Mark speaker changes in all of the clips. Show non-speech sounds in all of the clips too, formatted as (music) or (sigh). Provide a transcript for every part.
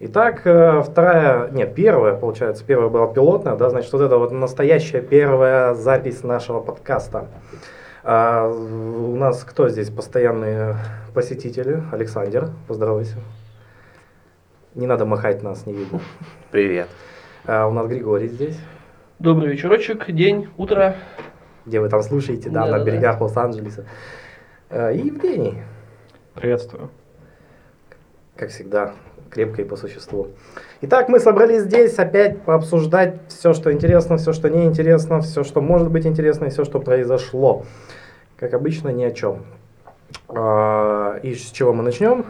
Speaker 1: Итак, э, вторая, нет, первая, получается, первая была пилотная, да, значит, вот это вот настоящая первая запись нашего подкаста. А, у нас кто здесь постоянные посетители? Александр, поздоровайся. Не надо махать нас, не видно.
Speaker 2: Привет.
Speaker 1: А, у нас Григорий здесь.
Speaker 3: Добрый вечерочек, день, утро.
Speaker 1: Где вы там слушаете, да, на
Speaker 3: Да-да-да.
Speaker 1: берегах Лос-Анджелеса. А, и Евгений.
Speaker 4: Приветствую.
Speaker 1: как всегда, крепко и по существу. Итак, мы собрались здесь опять пообсуждать все, что интересно, все, что неинтересно, все, что может быть интересно и все, что произошло. Как обычно, ни о чем. А, И с чего мы начнем?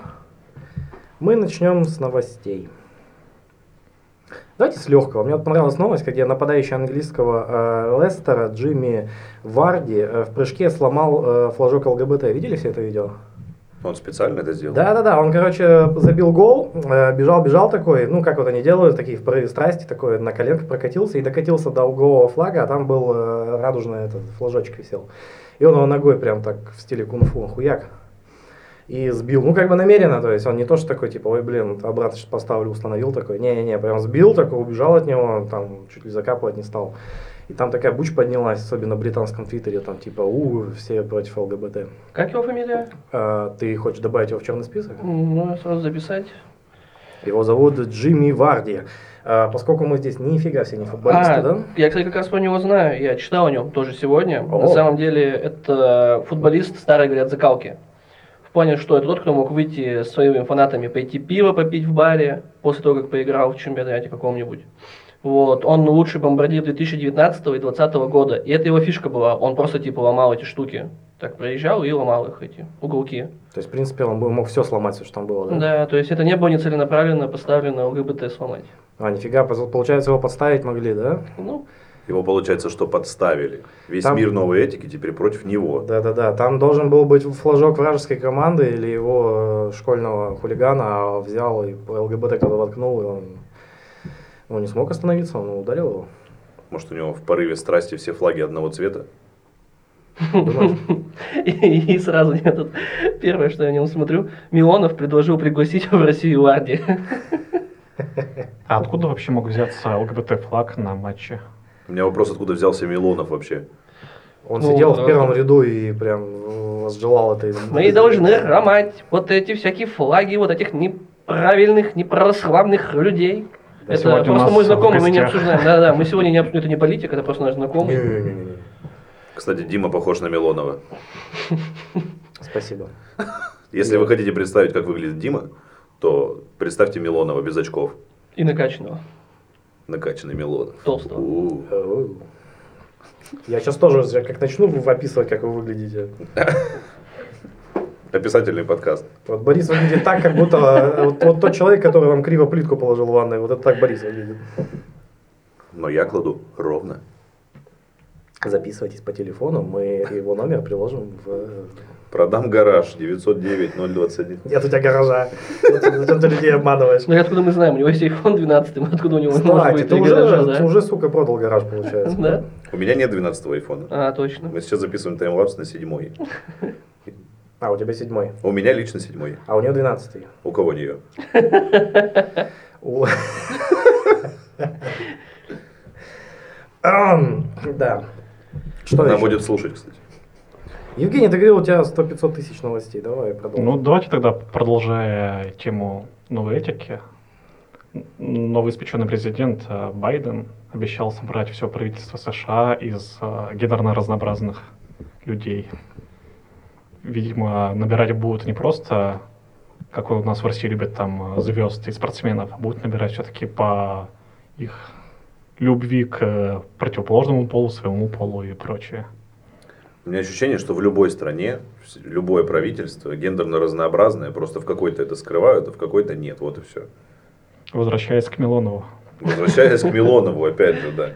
Speaker 1: Мы начнем с новостей. Давайте с легкого. Мне вот понравилась новость, где нападающий английского э, Лестера Джимми Варди э, в прыжке сломал э, флажок ЛГБТ. Видели все это видео?
Speaker 2: Он специально это сделал?
Speaker 1: Да, да, да. Он, короче, забил гол, э, бежал, бежал такой. Ну, как вот они делают, такие в порыве страсти, такой на коленках прокатился и докатился до углового флага, а там был э, радужный этот флажочек висел. И он его ногой прям так в стиле кунг-фу, хуяк. И сбил. Ну, как бы намеренно, то есть он не то, что такой, типа, ой, блин, обратно сейчас поставлю, установил такой. Не-не-не, прям сбил такой, убежал от него, там чуть ли закапывать не стал. И там такая буч поднялась, особенно в британском твиттере, там типа, у, все против ЛГБТ.
Speaker 3: Как его фамилия?
Speaker 1: А, ты хочешь добавить его в черный список?
Speaker 3: Ну, сразу записать.
Speaker 1: Его зовут Джимми Варди. А, поскольку мы здесь нифига все не футболисты,
Speaker 3: А,
Speaker 1: да?
Speaker 3: Я, кстати, как раз про него знаю. Я читал о нем тоже сегодня.
Speaker 1: О.
Speaker 3: На самом деле, это футболист старой, говорят, закалки. В плане, что это тот, кто мог выйти с своими фанатами, пойти пиво попить в баре, после того, как поиграл в чемпионате каком-нибудь. Вот, он лучший бомбардир 2019 и 2020 года. И это его фишка была. Он просто типа ломал эти штуки. Так проезжал и ломал их эти уголки.
Speaker 1: То есть, в принципе, он бы мог все сломать, все, что там было, да?
Speaker 3: Да, то есть это не было нецеленаправленно поставлено ЛГБТ сломать.
Speaker 1: А, нифига, поз- получается, его подставить могли, да?
Speaker 3: Ну,
Speaker 2: Его, получается, что подставили. Весь
Speaker 1: Там-
Speaker 2: мир новой этики теперь против него.
Speaker 1: Да-да-да, там должен был быть флажок вражеской команды или его э, школьного хулигана, а взял и по ЛГБТ когда воткнул, и он ну, не смог остановиться, он ударил его.
Speaker 2: Может, у него в порыве страсти все флаги одного цвета?
Speaker 1: Думаешь?
Speaker 3: и, (laughs) и сразу я тут первое, что я о нем смотрю, Милонов предложил пригласить в Россию Варди.
Speaker 4: (laughs) А откуда вообще мог взяться ЛГБТ-флаг на матче?
Speaker 2: У меня вопрос, откуда взялся Милонов вообще?
Speaker 1: Он
Speaker 3: Ну,
Speaker 1: сидел в
Speaker 3: да.
Speaker 1: первом ряду и прям э, возжелал это. из-
Speaker 3: Мы должны хромать вот эти всякие флаги вот этих неправильных, неправославных людей.
Speaker 4: Да,
Speaker 3: это
Speaker 4: сегодня у
Speaker 3: просто
Speaker 4: нас
Speaker 3: мой
Speaker 4: в
Speaker 3: знакомый, мы не
Speaker 4: гостях.
Speaker 3: обсуждаем. Да-да, мы сегодня не обсуждаем, это не политика, это просто наш знакомый.
Speaker 1: Не-не-не-не.
Speaker 2: Кстати, Дима похож на Милонова.
Speaker 1: Спасибо.
Speaker 2: Если вы хотите представить, как выглядит Дима, то представьте Милонова без очков.
Speaker 3: И накачанного,
Speaker 2: Накачанный Милонов.
Speaker 3: толстого.
Speaker 2: У.
Speaker 1: Оу. Э, Я сейчас тоже как начну описывать, как вы выглядите.
Speaker 2: Описательный подкаст.
Speaker 1: Вот Борис выглядит так, как будто э, вот, вот тот человек, который вам криво плитку положил в ванной, вот это так Борис выглядит.
Speaker 2: Но я кладу ровно.
Speaker 1: Записывайтесь по телефону, мы его номер приложим в... э,
Speaker 2: Продам гараж 909-021.
Speaker 1: Нет у тебя гаража. Зачем ты людей обманываешь?
Speaker 3: Ну и откуда мы знаем, у него есть iPhone 12, (laughs) откуда у него может
Speaker 1: Кстати,
Speaker 3: быть
Speaker 1: ты
Speaker 3: три
Speaker 1: уже,
Speaker 3: гаража,
Speaker 1: ты
Speaker 3: да?
Speaker 1: уже, сука, продал гараж, получается.
Speaker 3: Да?
Speaker 2: У меня нет 12 айфона.
Speaker 3: А, точно.
Speaker 2: Мы сейчас записываем таймлапс на седьмой.
Speaker 1: А, у тебя седьмой.
Speaker 2: У меня лично седьмой.
Speaker 1: А у нее двенадцатый.
Speaker 2: У кого нее?
Speaker 3: (laughs)
Speaker 1: У- Ам, Да. Что
Speaker 2: Она
Speaker 1: еще?
Speaker 2: будет слушать, кстати.
Speaker 1: Евгений, ты говорил, у тебя 100-500 тысяч новостей. Давай продолжим.
Speaker 4: Ну, давайте тогда, продолжая тему новой этики, н- новый испеченный президент э, Байден обещал собрать все правительство США из э, гендерно-разнообразных людей. Видимо, набирать будут не просто, как у нас в России любят там э, звезд и спортсменов, а будут набирать все-таки по их любви к э, противоположному полу, своему полу и прочее.
Speaker 2: У меня ощущение, что в любой стране, вс- любое правительство гендерно разнообразное, просто в какой-то это скрывают, а в какой-то нет. Вот и все.
Speaker 4: Возвращаясь к Милонову.
Speaker 2: Возвращаясь к Милонову, опять же, да.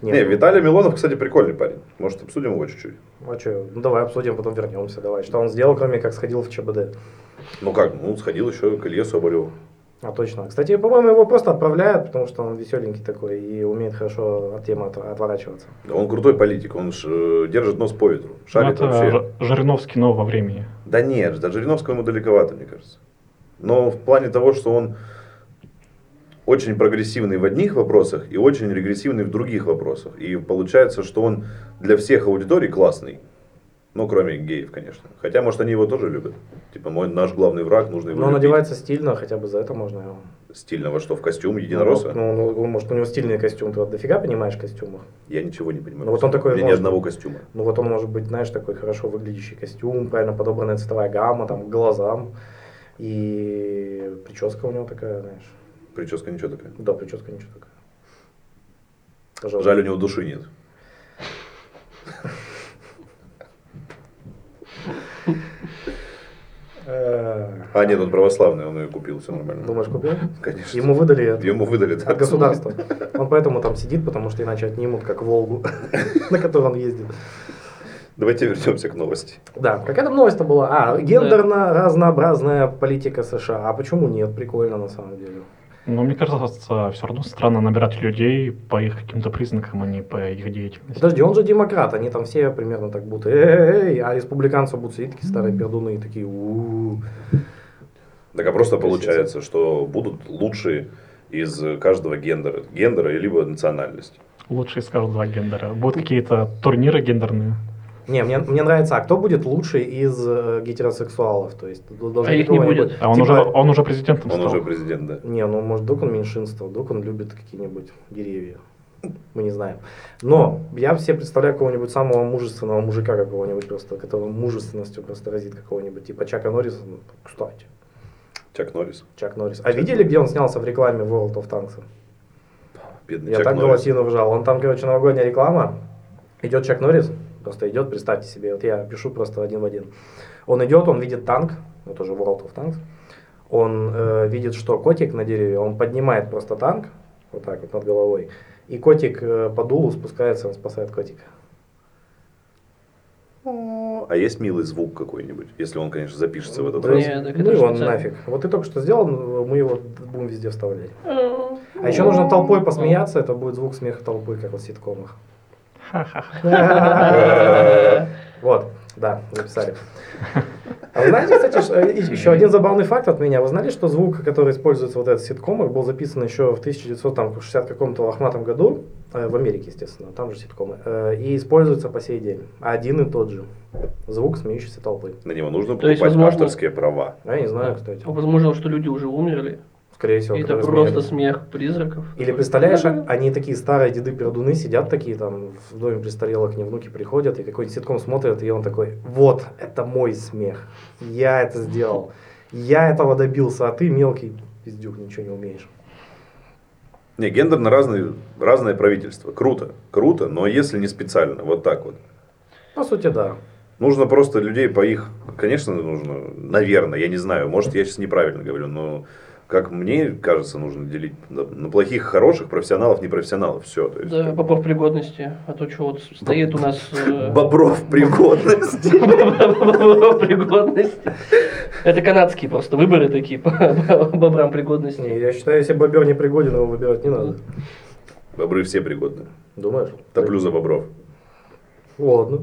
Speaker 1: Нет.
Speaker 2: Не, Виталий Милонов, кстати, прикольный парень. Может, обсудим его чуть-чуть.
Speaker 1: А что, ну давай обсудим, потом вернемся. Давай. Что он сделал, кроме как сходил в ЧБД?
Speaker 2: Ну как, ну, сходил еще к Илье Соболеву.
Speaker 1: А точно. Кстати, по-моему, его просто отправляют, потому что он веселенький такой и умеет хорошо от темы от- отворачиваться.
Speaker 2: Да он крутой политик, он ж, э, держит нос по ветру,
Speaker 4: Ну,
Speaker 2: шарит
Speaker 4: это
Speaker 2: вообще.
Speaker 4: Ж- Жириновский нового времени.
Speaker 2: Да нет, до Жириновского ему далековато, мне кажется. Но в плане того, что он очень прогрессивный в одних вопросах и очень регрессивный в других вопросах. И получается, что он для всех аудиторий классный. Ну, кроме геев, конечно. Хотя, может, они его тоже любят. Типа, мой наш главный враг, нужно его
Speaker 1: Но он
Speaker 2: любить.
Speaker 1: одевается стильно, хотя бы за это можно его.
Speaker 2: Стильно во что? В костюм единоросса?
Speaker 1: Ну, ну, ну, может, у него стильный костюм, ты вот дофига понимаешь в костюмах.
Speaker 2: Я ничего не понимаю.
Speaker 1: Ну, вот он такой,
Speaker 2: У меня ни
Speaker 1: может,
Speaker 2: одного костюма.
Speaker 1: Ну вот он может быть, знаешь, такой хорошо выглядящий костюм, правильно подобранная цветовая гамма, там, к глазам. И прическа у него такая, знаешь.
Speaker 2: Прическа ничего такая.
Speaker 1: Да, прическа ничего такая. Пожалуй.
Speaker 2: Жаль, у него души нет.
Speaker 1: Э,
Speaker 2: А, нет, он православный, он ее купил, все нормально.
Speaker 1: Думаешь, купил?
Speaker 2: Конечно.
Speaker 1: Ему выдали это.
Speaker 2: Ему выдали, да.
Speaker 1: От государства. Он поэтому там сидит, потому что иначе отнимут, как Волгу, (laughs) на которой он ездит.
Speaker 2: Давайте вернемся к новости.
Speaker 1: Да, какая там новость-то была? А, гендерно-разнообразная политика США. А почему нет? Прикольно на самом деле.
Speaker 4: Но мне кажется, все равно странно набирать людей по их каким-то признакам, а не по их деятельности.
Speaker 1: Подожди, он же демократ, они там все примерно так будто эй, а республиканцы будут сидеть такие старые пердуны и такие у
Speaker 2: Так а просто
Speaker 1: Косица.
Speaker 2: получается, что будут лучшие из каждого гендера. Гендера и либо национальность.
Speaker 4: Лучше из каждого гендера. Будут какие-то турниры гендерные.
Speaker 1: Не, мне, мне нравится, а кто будет лучший из э, гетеросексуалов? То есть д- должны
Speaker 3: А
Speaker 1: быть
Speaker 3: их не
Speaker 1: кого-нибудь.
Speaker 3: будет.
Speaker 4: А он,
Speaker 1: Типа-
Speaker 4: уже, он уже президентом
Speaker 2: Он
Speaker 4: стал.
Speaker 2: уже президент, да.
Speaker 1: Не, ну может вдруг он меньшинство, вдруг он любит какие-нибудь деревья. Мы не знаем. Но я себе представляю какого-нибудь самого мужественного мужика какого-нибудь просто, которого мужественностью просто разит какого-нибудь, типа Чака Норриса. Ну, Кстати,
Speaker 2: Чак Норрис.
Speaker 1: Чак Норрис. А видели, где он снялся в рекламе World of Tanks?
Speaker 2: Бедный
Speaker 1: Я
Speaker 2: Чак
Speaker 1: так
Speaker 2: Норрис.
Speaker 1: голосину вжал. Он там, короче, новогодняя реклама. Идет Чак Норрис, просто идет, представьте себе, вот я пишу просто один в один. Он идет, он видит танк, это уже World of Tanks. Он э, видит, что котик на дереве, он поднимает просто танк, вот так вот над головой. И котик э, по дулу спускается, он спасает котика.
Speaker 2: А есть милый звук какой-нибудь? Если он, конечно, запишется в этот
Speaker 1: Да
Speaker 2: раз.
Speaker 3: Не, так это
Speaker 1: ну
Speaker 3: ж
Speaker 1: его
Speaker 3: специально.
Speaker 1: нафиг. Вот ты только что сделал, ну, мы его будем везде вставлять. А
Speaker 3: Ну,
Speaker 1: еще нужно толпой посмеяться, это будет звук смеха толпы, как вот в ситкомах. (laughs) Вот, да, записали. А вы знаете, кстати, что- э, и- еще один забавный факт от меня. Вы знали, что звук, который используется вот этот в ситкомах, был записан еще в 1960 каком-то лохматом году, э, в Америке, естественно, там же ситкомы, э, и используется по сей день. Один и тот же. Звук смеющейся толпы.
Speaker 2: На него нужно
Speaker 3: То есть,
Speaker 2: покупать
Speaker 3: возможно-
Speaker 2: авторские права.
Speaker 1: А Я не знаю, кстати.
Speaker 3: Возможно, что люди уже умерли.
Speaker 1: Скорее всего,
Speaker 3: И это
Speaker 1: которые
Speaker 3: просто
Speaker 1: смеялись.
Speaker 3: смех призраков.
Speaker 1: Или представляешь, а-
Speaker 3: Да-да-да.
Speaker 1: они такие старые деды-пердуны сидят такие там в доме престарелых, не внуки приходят, и какой-нибудь ситком смотрят, и он такой, вот, это мой смех, я это сделал, я этого добился, а ты мелкий пиздюк, ничего не умеешь.
Speaker 2: Не, гендерно разные, разное правительство. Круто, круто, но если не специально, вот так вот.
Speaker 1: По сути, да.
Speaker 2: Нужно просто людей по их, конечно, нужно, наверное, я не знаю, может, я сейчас неправильно говорю, но как мне кажется, нужно делить на- на плохих, хороших, профессионалов, непрофессионалов. Все. То есть,
Speaker 3: Да,
Speaker 2: как
Speaker 3: по профпригодности. А то, что вот стоит у нас... э, (laughs)
Speaker 2: Бобров пригодности.
Speaker 3: пригодности. Это канадские просто выборы такие по бобрам пригодности.
Speaker 1: Не, я считаю, если бобер не пригоден, его выбирать не надо.
Speaker 2: Бобры все пригодны.
Speaker 1: Думаешь?
Speaker 2: Топлю за бобров.
Speaker 1: Ладно.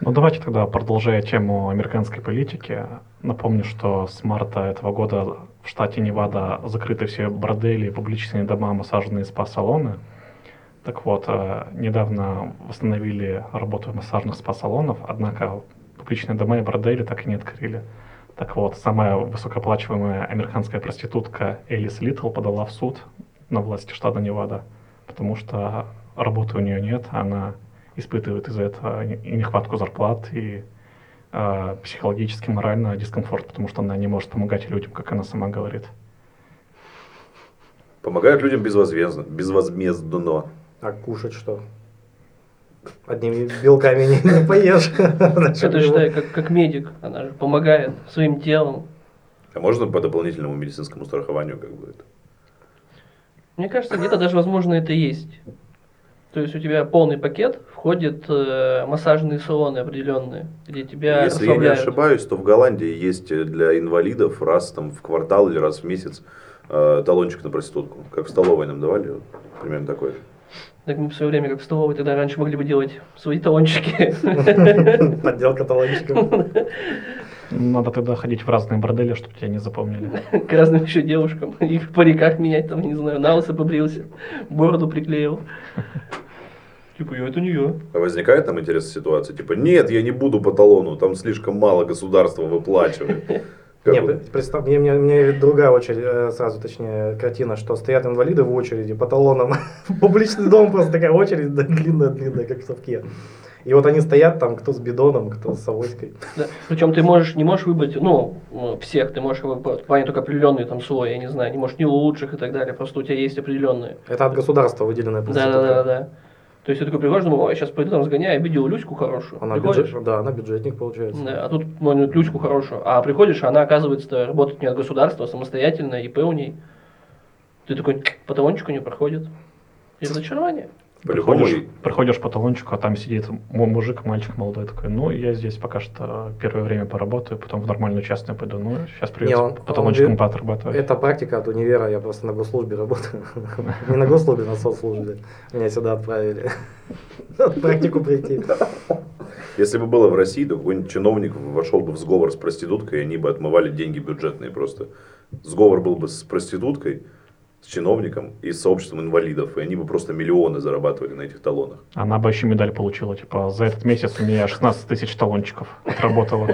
Speaker 4: Ну давайте тогда, продолжая тему американской политики, напомню, что с марта этого года в штате Невада закрыты все бордели и публичные дома, массажные спа-салоны. Так вот, э, недавно восстановили работу массажных спа-салонов, однако публичные дома и бордели так и не открыли. Так вот, самая высокооплачиваемая американская проститутка Элис Литл подала в суд на власти штата Невада, потому что работы у нее нет, она испытывает из-за этого и и нехватку зарплат, и э, психологически, морально дискомфорт, потому что она не может помогать людям, как она сама говорит.
Speaker 2: Помогают людям безвозмездно. безвозмездно.
Speaker 1: А кушать что? Одними белками не, не поешь.
Speaker 3: Это считай, как, как медик, она же помогает своим телом.
Speaker 2: А можно по дополнительному медицинскому страхованию как бы это?
Speaker 3: Мне кажется, где-то даже возможно это и есть. То есть у тебя полный пакет входит э, массажные салоны определенные, где тебя
Speaker 2: Если я не
Speaker 3: расслабляют.
Speaker 2: ошибаюсь, то в Голландии есть э, для инвалидов раз там в квартал или раз в месяц э, талончик на проститутку. Как в столовой нам давали, вот, примерно такой же.
Speaker 3: Так мы в свое время, как в столовой, тогда раньше могли бы делать свои талончики.
Speaker 1: Подделка талончиком.
Speaker 4: Надо тогда ходить в разные бордели, чтобы тебя не запомнили.
Speaker 3: (laughs) К разным еще девушкам. (laughs) Их в париках менять, там, не знаю, на лысо побрился, бороду приклеил. Типа, я это не я.
Speaker 2: А возникает там интересная ситуация? Типа, нет, я не буду по талону, там слишком мало государство выплачивает. Как
Speaker 1: Не,
Speaker 2: вот-
Speaker 1: пр- представь, мне, мне, мне ведь другая очередь, э, сразу точнее, картина, что стоят инвалиды в очереди по талонам. (laughs) В Публичный дом просто такая очередь да, длинная-длинная, как в совке. И вот они стоят там, кто с бидоном, кто с авоськой.
Speaker 3: Да. Причем ты можешь, не можешь выбрать, ну, э, всех, ты можешь выбрать, в плане только определенные там слои, я не знаю, не можешь не лучших и так далее, просто у тебя есть определенные.
Speaker 1: Это от государства выделенная
Speaker 3: Да, да, да, да. То есть ты такой приходишь, думаю, ой, сейчас пойду там сгоняю, видел Люську хорошую.
Speaker 1: Она
Speaker 3: Приходишь,
Speaker 1: бюджет- да, она бюджетник получается.
Speaker 3: да, а тут ну, Люську хорошую. А приходишь, а она, оказывается, работает не от государства, а самостоятельно, ИП у ней. Ты такой, по талончику не проходит. И разочарование.
Speaker 2: По-любому
Speaker 4: Приходишь, приходишь по талончику, а там сидит м- мужик, мальчик молодой такой, ну, я здесь пока что первое время поработаю, потом в нормальную частную пойду, ну, сейчас придется
Speaker 1: он-
Speaker 4: по
Speaker 1: он
Speaker 4: талончикам
Speaker 1: бе-
Speaker 4: поотрабатывать.
Speaker 1: Это практика от универа, я просто на госслужбе работаю. (laughs) Не на госслужбе, на соцслужбе. Меня сюда отправили. (laughs) Практику прийти.
Speaker 2: Если бы было в России, то какой-нибудь чиновник вошел бы в сговор с проституткой, и они бы отмывали деньги бюджетные просто. Сговор был бы с проституткой, с чиновником и с сообществом инвалидов, и они бы просто миллионы зарабатывали на этих талонах. (laughs)
Speaker 4: Она бы еще медаль получила, типа, за этот месяц у меня 16 тысяч талончиков отработала.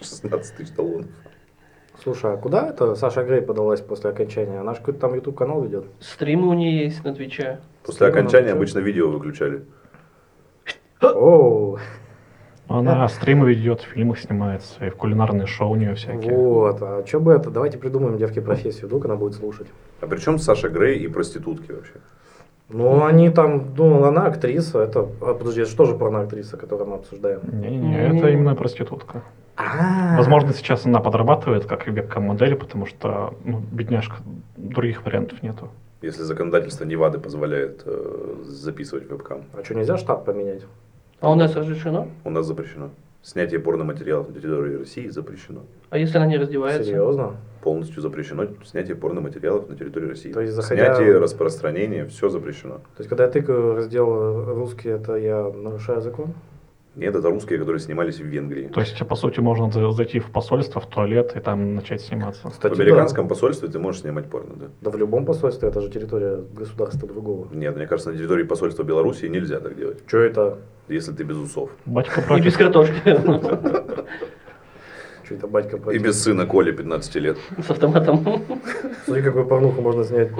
Speaker 2: 16 тысяч талонов.
Speaker 1: Слушай, а куда это Саша Грей подалась после окончания? Она же какой-то там YouTube канал ведет.
Speaker 3: Стримы у нее есть на Твиче.
Speaker 2: После
Speaker 1: Стримы
Speaker 2: окончания
Speaker 1: на Твиче?
Speaker 2: обычно видео выключали.
Speaker 1: Оу,
Speaker 4: Она стримы ведет, в фильмах снимается, и в кулинарные шоу у нее всякие.
Speaker 1: вот, а что бы это? Давайте придумаем девке профессию, вдруг она будет слушать.
Speaker 2: А при чем Саша Грей и проститутки вообще?
Speaker 1: Ну, они там, ну, она актриса, это, а, подожди, это же тоже порноактриса, которую мы обсуждаем.
Speaker 4: Не-не-не, это
Speaker 3: М.
Speaker 4: именно проститутка.
Speaker 1: А,
Speaker 4: Возможно, сейчас она подрабатывает как вебкам-модель, потому что, ну, бедняжка, других вариантов нету.
Speaker 2: Если законодательство Невады позволяет э, записывать вебкам.
Speaker 1: А что, нельзя штат поменять?
Speaker 3: А у нас разрешено?
Speaker 2: У нас запрещено. Снятие порноматериалов на территории России запрещено.
Speaker 3: А если она не раздевается?
Speaker 1: Серьезно?
Speaker 2: Полностью запрещено снятие порноматериалов на территории России.
Speaker 1: То есть, заходя-
Speaker 2: Снятие, распространение, все запрещено.
Speaker 1: То есть, когда я тыкаю раздел э, русский, это я нарушаю закон?
Speaker 2: Нет, это русские, которые снимались в Венгрии.
Speaker 4: То есть, по сути, можно за- зайти в посольство, в туалет и там начать сниматься.
Speaker 1: Кстати,
Speaker 2: в американском посольстве ты можешь снимать порно, да?
Speaker 1: Да. да в любом посольстве, это же территория государства другого.
Speaker 2: Нет, мне кажется, на территории посольства Белоруссии нельзя так делать,
Speaker 1: Что это?
Speaker 2: если ты без усов.
Speaker 4: Батька
Speaker 3: И без
Speaker 4: против.
Speaker 3: картошки. (laughs)
Speaker 1: Что это батька
Speaker 2: И
Speaker 1: против?
Speaker 2: без сына Коли 15 лет.
Speaker 3: С автоматом.
Speaker 1: Смотри, какую порнуху можно снять.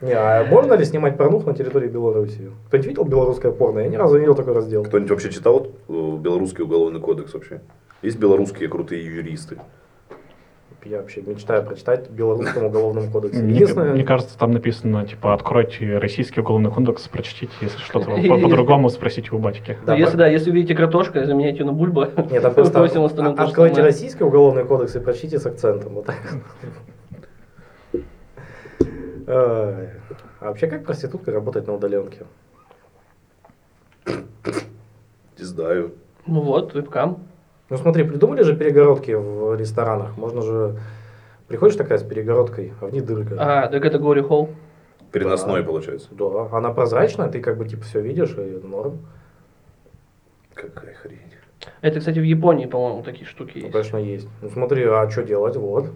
Speaker 1: Не, а можно ли снимать порнуху на территории Белоруссии? Кто-нибудь видел белорусское порно? Я ни разу не видел такой раздел.
Speaker 2: Кто-нибудь вообще читал э, белорусский уголовный кодекс вообще? Есть белорусские крутые юристы.
Speaker 1: Я вообще мечтаю прочитать в белорусском уголовном кодексе.
Speaker 4: Мне, мне
Speaker 1: Единственное,
Speaker 4: кажется, там написано, типа, откройте российский уголовный кодекс, прочтите, если что-то вам
Speaker 3: И-
Speaker 4: по- по-другому, спросите у батьки.
Speaker 1: Да,
Speaker 3: Ну, если
Speaker 1: пар-
Speaker 3: да, если видите картошка, заменяйте ее на бульба.
Speaker 1: нет, там просто а-
Speaker 3: Просим остальным то же
Speaker 1: откройте
Speaker 3: самое.
Speaker 1: российский уголовный кодекс и прочтите с акцентом. Вот так. Ай. А вообще, как проститутка работает на удаленке?
Speaker 2: Не знаю.
Speaker 3: Ну вот, вебкам.
Speaker 1: Ну смотри, придумали же перегородки в ресторанах. Можно же... Приходишь такая с перегородкой, а в ней дырка.
Speaker 3: А, так это Гори Холл.
Speaker 2: Переносной,
Speaker 1: Да.
Speaker 2: получается.
Speaker 1: Да, она прозрачная, ты как бы типа все видишь, и норм.
Speaker 2: Какая хрень.
Speaker 3: Это, кстати, в Японии, по-моему, такие штуки
Speaker 1: Ну,
Speaker 3: есть.
Speaker 1: конечно, есть. Ну смотри, а что делать? Вот.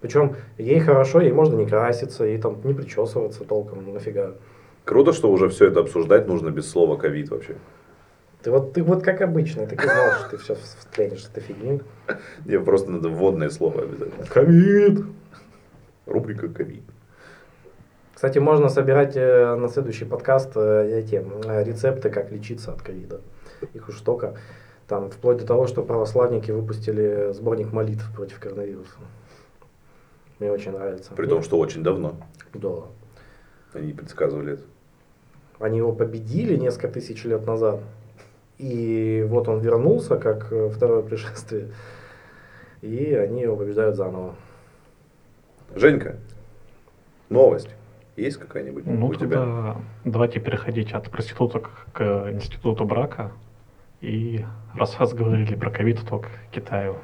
Speaker 1: Причем ей хорошо, ей можно не краситься, ей там не причесываться толком, ну нафига.
Speaker 2: Круто, что уже все это обсуждать нужно без слова ковид вообще.
Speaker 1: Ты вот, ты вот как обычно, ты знал, что ты все встретишь с этой фигней.
Speaker 2: Мне просто надо вводное слово обязательно.
Speaker 1: Ковид!
Speaker 2: Рубрика ковид.
Speaker 1: Кстати, можно собирать э, на следующий подкаст э, эти э, рецепты, как лечиться от ковида. Их уж столько. Там, вплоть до того, что православники выпустили сборник молитв против коронавируса. Мне очень нравится.
Speaker 2: При том, что очень давно.
Speaker 1: Да.
Speaker 2: Они предсказывали это.
Speaker 1: Они его победили несколько тысяч лет назад. И вот он вернулся, как э, второе пришествие. И они его побеждают заново.
Speaker 2: Женька, новость. Есть какая-нибудь
Speaker 4: Ну,
Speaker 2: у тебя?
Speaker 4: тогда давайте переходить от проституток к институту брака. И раз вас говорили про ковид, то к Китаю.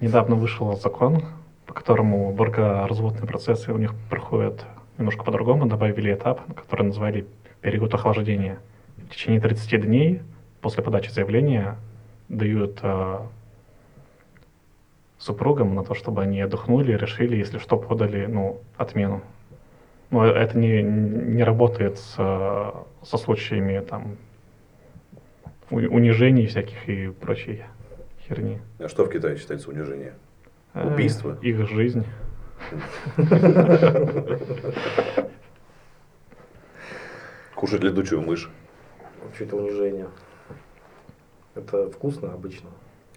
Speaker 4: Недавно вышел закон, по которому бракоразводные процессы у них проходят немножко по-другому. Добавили этап, который назвали период охлаждения. В течение 30 дней после подачи заявления дают э, супругам на то, чтобы они отдохнули и решили, если что, подали ну, отмену. Но Ну, э, это не, не работает с, э, со случаями там, у- унижений всяких и прочей херни.
Speaker 2: А что в Китае считается унижение?
Speaker 4: Э,
Speaker 2: Убийство.
Speaker 4: их жизнь.
Speaker 2: Кушать летучую мышь.
Speaker 1: Чуть это унижение. Это вкусно обычно.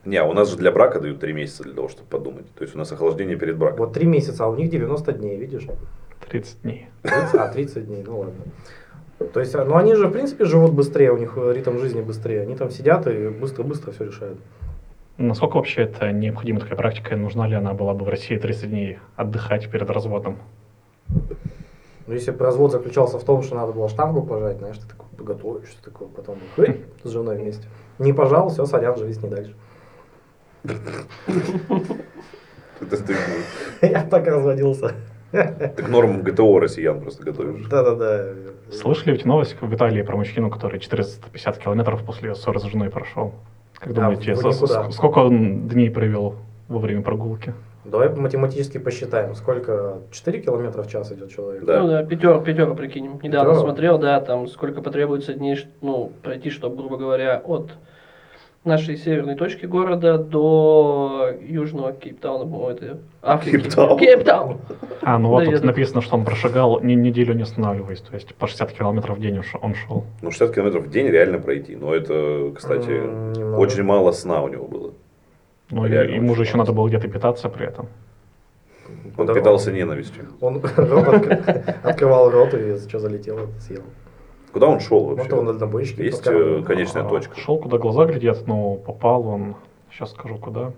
Speaker 2: Не, а у нас же для брака дают три месяца для того, чтобы подумать. То есть у нас охлаждение перед браком.
Speaker 1: Вот три месяца, а у них 90 дней, видишь?
Speaker 4: 30 дней.
Speaker 1: 30, а, 30 дней, ну ладно. То есть, а, ну они же, в принципе, живут быстрее, у них э, ритм жизни быстрее. Они там сидят и быстро-быстро все решают.
Speaker 4: Насколько вообще это необходима такая практика, и нужна ли она была бы в России 30 дней отдыхать перед разводом?
Speaker 1: Но Ну, если бы развод заключался в том, что надо было штангу пожать, знаешь, ты такой подготовишься, такой потом хы, с женой вместе. Не пожал, все, сорян, живи с ней дальше. (laughs)
Speaker 2: Это ты,
Speaker 1: Я так разводился.
Speaker 2: ну, ты к нормам ГТО россиян просто готовишь.
Speaker 1: Да-да-да.
Speaker 4: Слышали ведь новость в Италии про мужчину, который 450 километров после ссоры с женой прошел? Как
Speaker 1: Да,
Speaker 4: думаете,
Speaker 1: в
Speaker 4: со-
Speaker 1: никуда.
Speaker 4: с- сколько он дней провел во время прогулки?
Speaker 1: Давай математически посчитаем, сколько 4 километра в час идет человек.
Speaker 2: Да.
Speaker 3: Ну да, пятерка, пятерка, прикинем. Недавно
Speaker 1: Пятерка?
Speaker 3: смотрел, да, там сколько потребуется дней, ш- ну, пройти, чтобы, грубо говоря, от нашей северной точки города до южного Кейптауна, по-моему, это Африки.
Speaker 2: Кейптаун?
Speaker 3: Кейптаун.
Speaker 4: А, ну вот
Speaker 3: Да, я
Speaker 4: тут
Speaker 3: так-
Speaker 4: написано, что он прошагал ни неделю не останавливаясь, то есть по 60 километров в день уж он шел.
Speaker 2: Ну, 60 километров в день реально пройти. Но это, кстати,
Speaker 1: М, немного.
Speaker 2: очень мало сна у него было.
Speaker 4: Ну, и-
Speaker 2: Реально
Speaker 4: ему
Speaker 2: очень
Speaker 4: же еще
Speaker 2: мало.
Speaker 4: надо было где-то питаться при этом.
Speaker 2: Он
Speaker 1: Да.
Speaker 2: питался ненавистью.
Speaker 1: Он (laughs) рот отк- открывал рот и что залетело, съел.
Speaker 2: Куда он шел
Speaker 1: Вот Ну, он
Speaker 2: вообще?
Speaker 1: дальнобойщик.
Speaker 2: Есть э,
Speaker 1: подкармливает.
Speaker 2: конечная
Speaker 4: А,
Speaker 2: точка.
Speaker 4: Шел, куда глаза глядят, но попал он, сейчас скажу куда.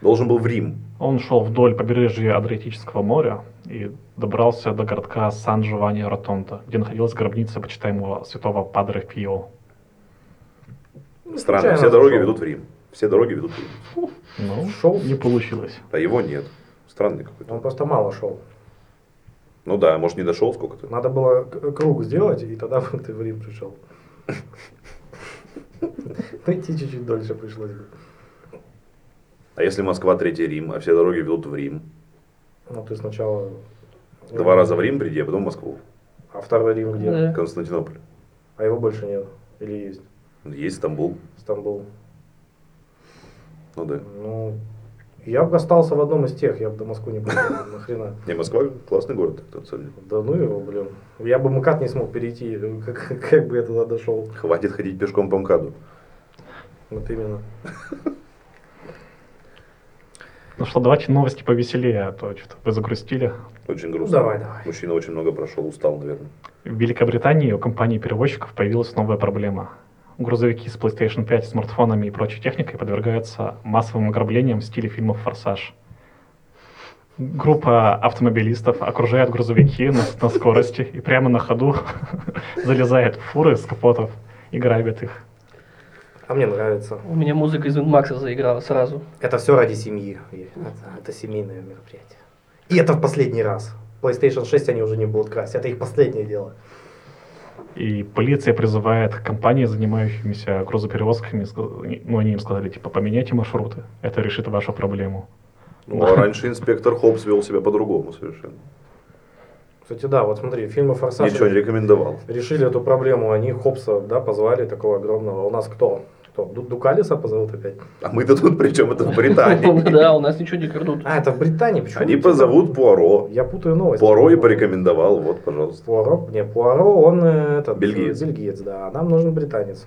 Speaker 2: Должен был в Рим.
Speaker 4: Он шел вдоль побережья Адриатического моря и добрался до городка сан джованни ротонда где находилась гробница почитаемого святого Падре Пио.
Speaker 1: Ну,
Speaker 2: Странно,
Speaker 1: случайно
Speaker 2: все дороги
Speaker 1: зашел.
Speaker 2: ведут в Рим. Все дороги ведут в Рим.
Speaker 4: Ну,
Speaker 1: Шел.
Speaker 4: не получилось.
Speaker 2: А его нет. Странный какой-то.
Speaker 1: Он просто мало шел.
Speaker 2: Ну да, может не дошел сколько-то.
Speaker 1: Надо было к- круг сделать, и тогда (laughs) бы ты в Рим пришел. Ну, идти чуть-чуть дольше пришлось бы.
Speaker 2: А если Москва третий Рим, а все дороги ведут в Рим?
Speaker 1: Ну, ты сначала...
Speaker 2: Два раза в Рим приди, а потом в Москву.
Speaker 1: А второй Рим где?
Speaker 3: Да.
Speaker 2: Константинополь.
Speaker 1: А его больше нет. Или есть?
Speaker 2: Есть Стамбул.
Speaker 1: Стамбул.
Speaker 2: Ну да.
Speaker 1: Ну, я бы остался в одном из тех, я бы до Москвы не поехал, (laughs) нахрена.
Speaker 2: Не, Москва классный город, так, на самом деле.
Speaker 1: Да ну его, блин. Я бы МКАД не смог перейти, (laughs) как, как бы я туда дошел.
Speaker 2: Хватит ходить пешком по МКАДу.
Speaker 1: Вот именно.
Speaker 4: Ну что, давайте новости повеселее, а то что-то вы загрустили.
Speaker 2: Очень
Speaker 1: Ну,
Speaker 2: грустно.
Speaker 1: давай, давай.
Speaker 2: Мужчина очень много прошел, устал, наверное.
Speaker 4: В Великобритании у компаний-перевозчиков появилась новая проблема. Грузовики с PlayStation 5, смартфонами и прочей техникой подвергаются массовым ограблениям в стиле фильмов «Форсаж». Группа автомобилистов окружает грузовики на, на скорости и прямо на ходу (laughs) залезает в фуры с капотов и грабит их.
Speaker 1: А мне нравится.
Speaker 3: У меня музыка из Винмакса заиграла сразу.
Speaker 1: Это все ради семьи. И Это, это семейное мероприятие. И это в последний раз. PlayStation 6 они уже не будут красть. Это их последнее дело.
Speaker 4: И полиция призывает компании, занимающимися грузоперевозками, ск- ну они им сказали, типа, поменяйте маршруты, это решит вашу проблему.
Speaker 2: Ну, а раньше инспектор Хопс вел себя по-другому совершенно.
Speaker 1: Кстати, да, вот смотри, фильмы «Форсаж»
Speaker 2: Ничего не рекомендовал.
Speaker 1: решили эту проблему. Они Хопса, да, позвали такого огромного. У нас кто? Кто? Ду- Дукалиса позовут опять?
Speaker 2: А мы-то тут причем это в Британии.
Speaker 3: (laughs) Да, у нас ничего не крадут.
Speaker 1: А, это в Британии. Почему?
Speaker 2: Они позовут Пуаро.
Speaker 1: Я путаю новости.
Speaker 2: Пуаро и порекомендовал, вот, пожалуйста.
Speaker 1: Пуаро? Не, Пуаро, он э, этот...
Speaker 2: Бельгиец.
Speaker 1: э, Бельгиец, да. А Нам нужен британец.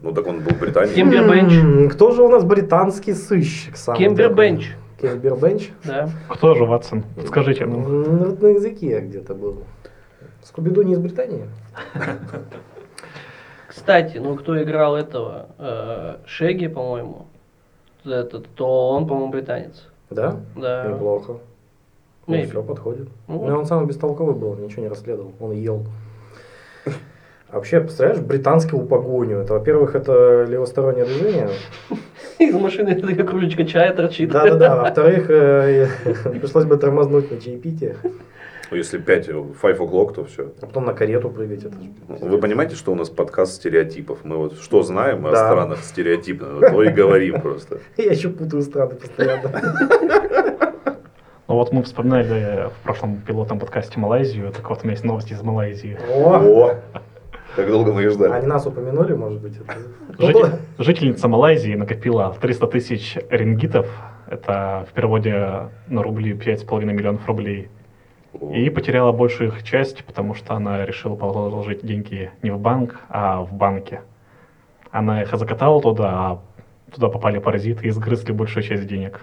Speaker 2: Ну так он был в Британии.
Speaker 3: Кем- Кембербэтч.
Speaker 1: М, Кто же у нас британский сыщик? самый такой?
Speaker 3: Кембербенч.
Speaker 1: Кембербенч?
Speaker 3: Да.
Speaker 4: Кто же, Ватсон? Подскажите нам.
Speaker 1: Ну, вот на языке где-то был. Скубиду не из Британии?
Speaker 3: Кстати, ну кто играл этого э, Шеги, по-моему, этот, то он, по-моему, британец.
Speaker 1: Да?
Speaker 3: Да.
Speaker 1: Неплохо. Ну,
Speaker 3: Maybe.
Speaker 1: все, подходит.
Speaker 3: Ну
Speaker 1: Но
Speaker 3: вот.
Speaker 1: он самый бестолковый был, ничего не расследовал. Он ел. (laughs) А Вообще, представляешь, британскую погоню. Это, во-первых, это левостороннее движение.
Speaker 3: (laughs) Из машины такая кружечка чая торчит.
Speaker 1: А (laughs)
Speaker 3: (laughs)
Speaker 1: Да-да-да. Во-вторых, э, пришлось бы тормознуть на чаепитие.
Speaker 2: Ну, Если 5, 5 o'clock, то все.
Speaker 1: А потом на карету прыгать. Это же
Speaker 2: Вы понимаете, что у нас подкаст стереотипов? Мы вот что знаем мы о
Speaker 1: Да.
Speaker 2: странах стереотипно, то и говорим просто.
Speaker 1: (laughs) Я еще путаю страны
Speaker 3: (laughs)
Speaker 1: постоянно.
Speaker 4: Ну вот мы вспоминали в прошлом пилотном подкасте Малайзию, так вот у меня есть новости из Малайзии.
Speaker 1: (laughs) О,
Speaker 2: О! Как долго мы их ждали.
Speaker 1: они нас упомянули, может быть. это-
Speaker 4: Житель- жительница Малайзии накопила 300 тысяч рингитов, это в переводе на рубли 5,5 миллионов рублей, и потеряла большую их часть, потому что она решила положить деньги не в банк, а в банке. Она их закатала туда, а туда попали паразиты и сгрызли большую часть денег.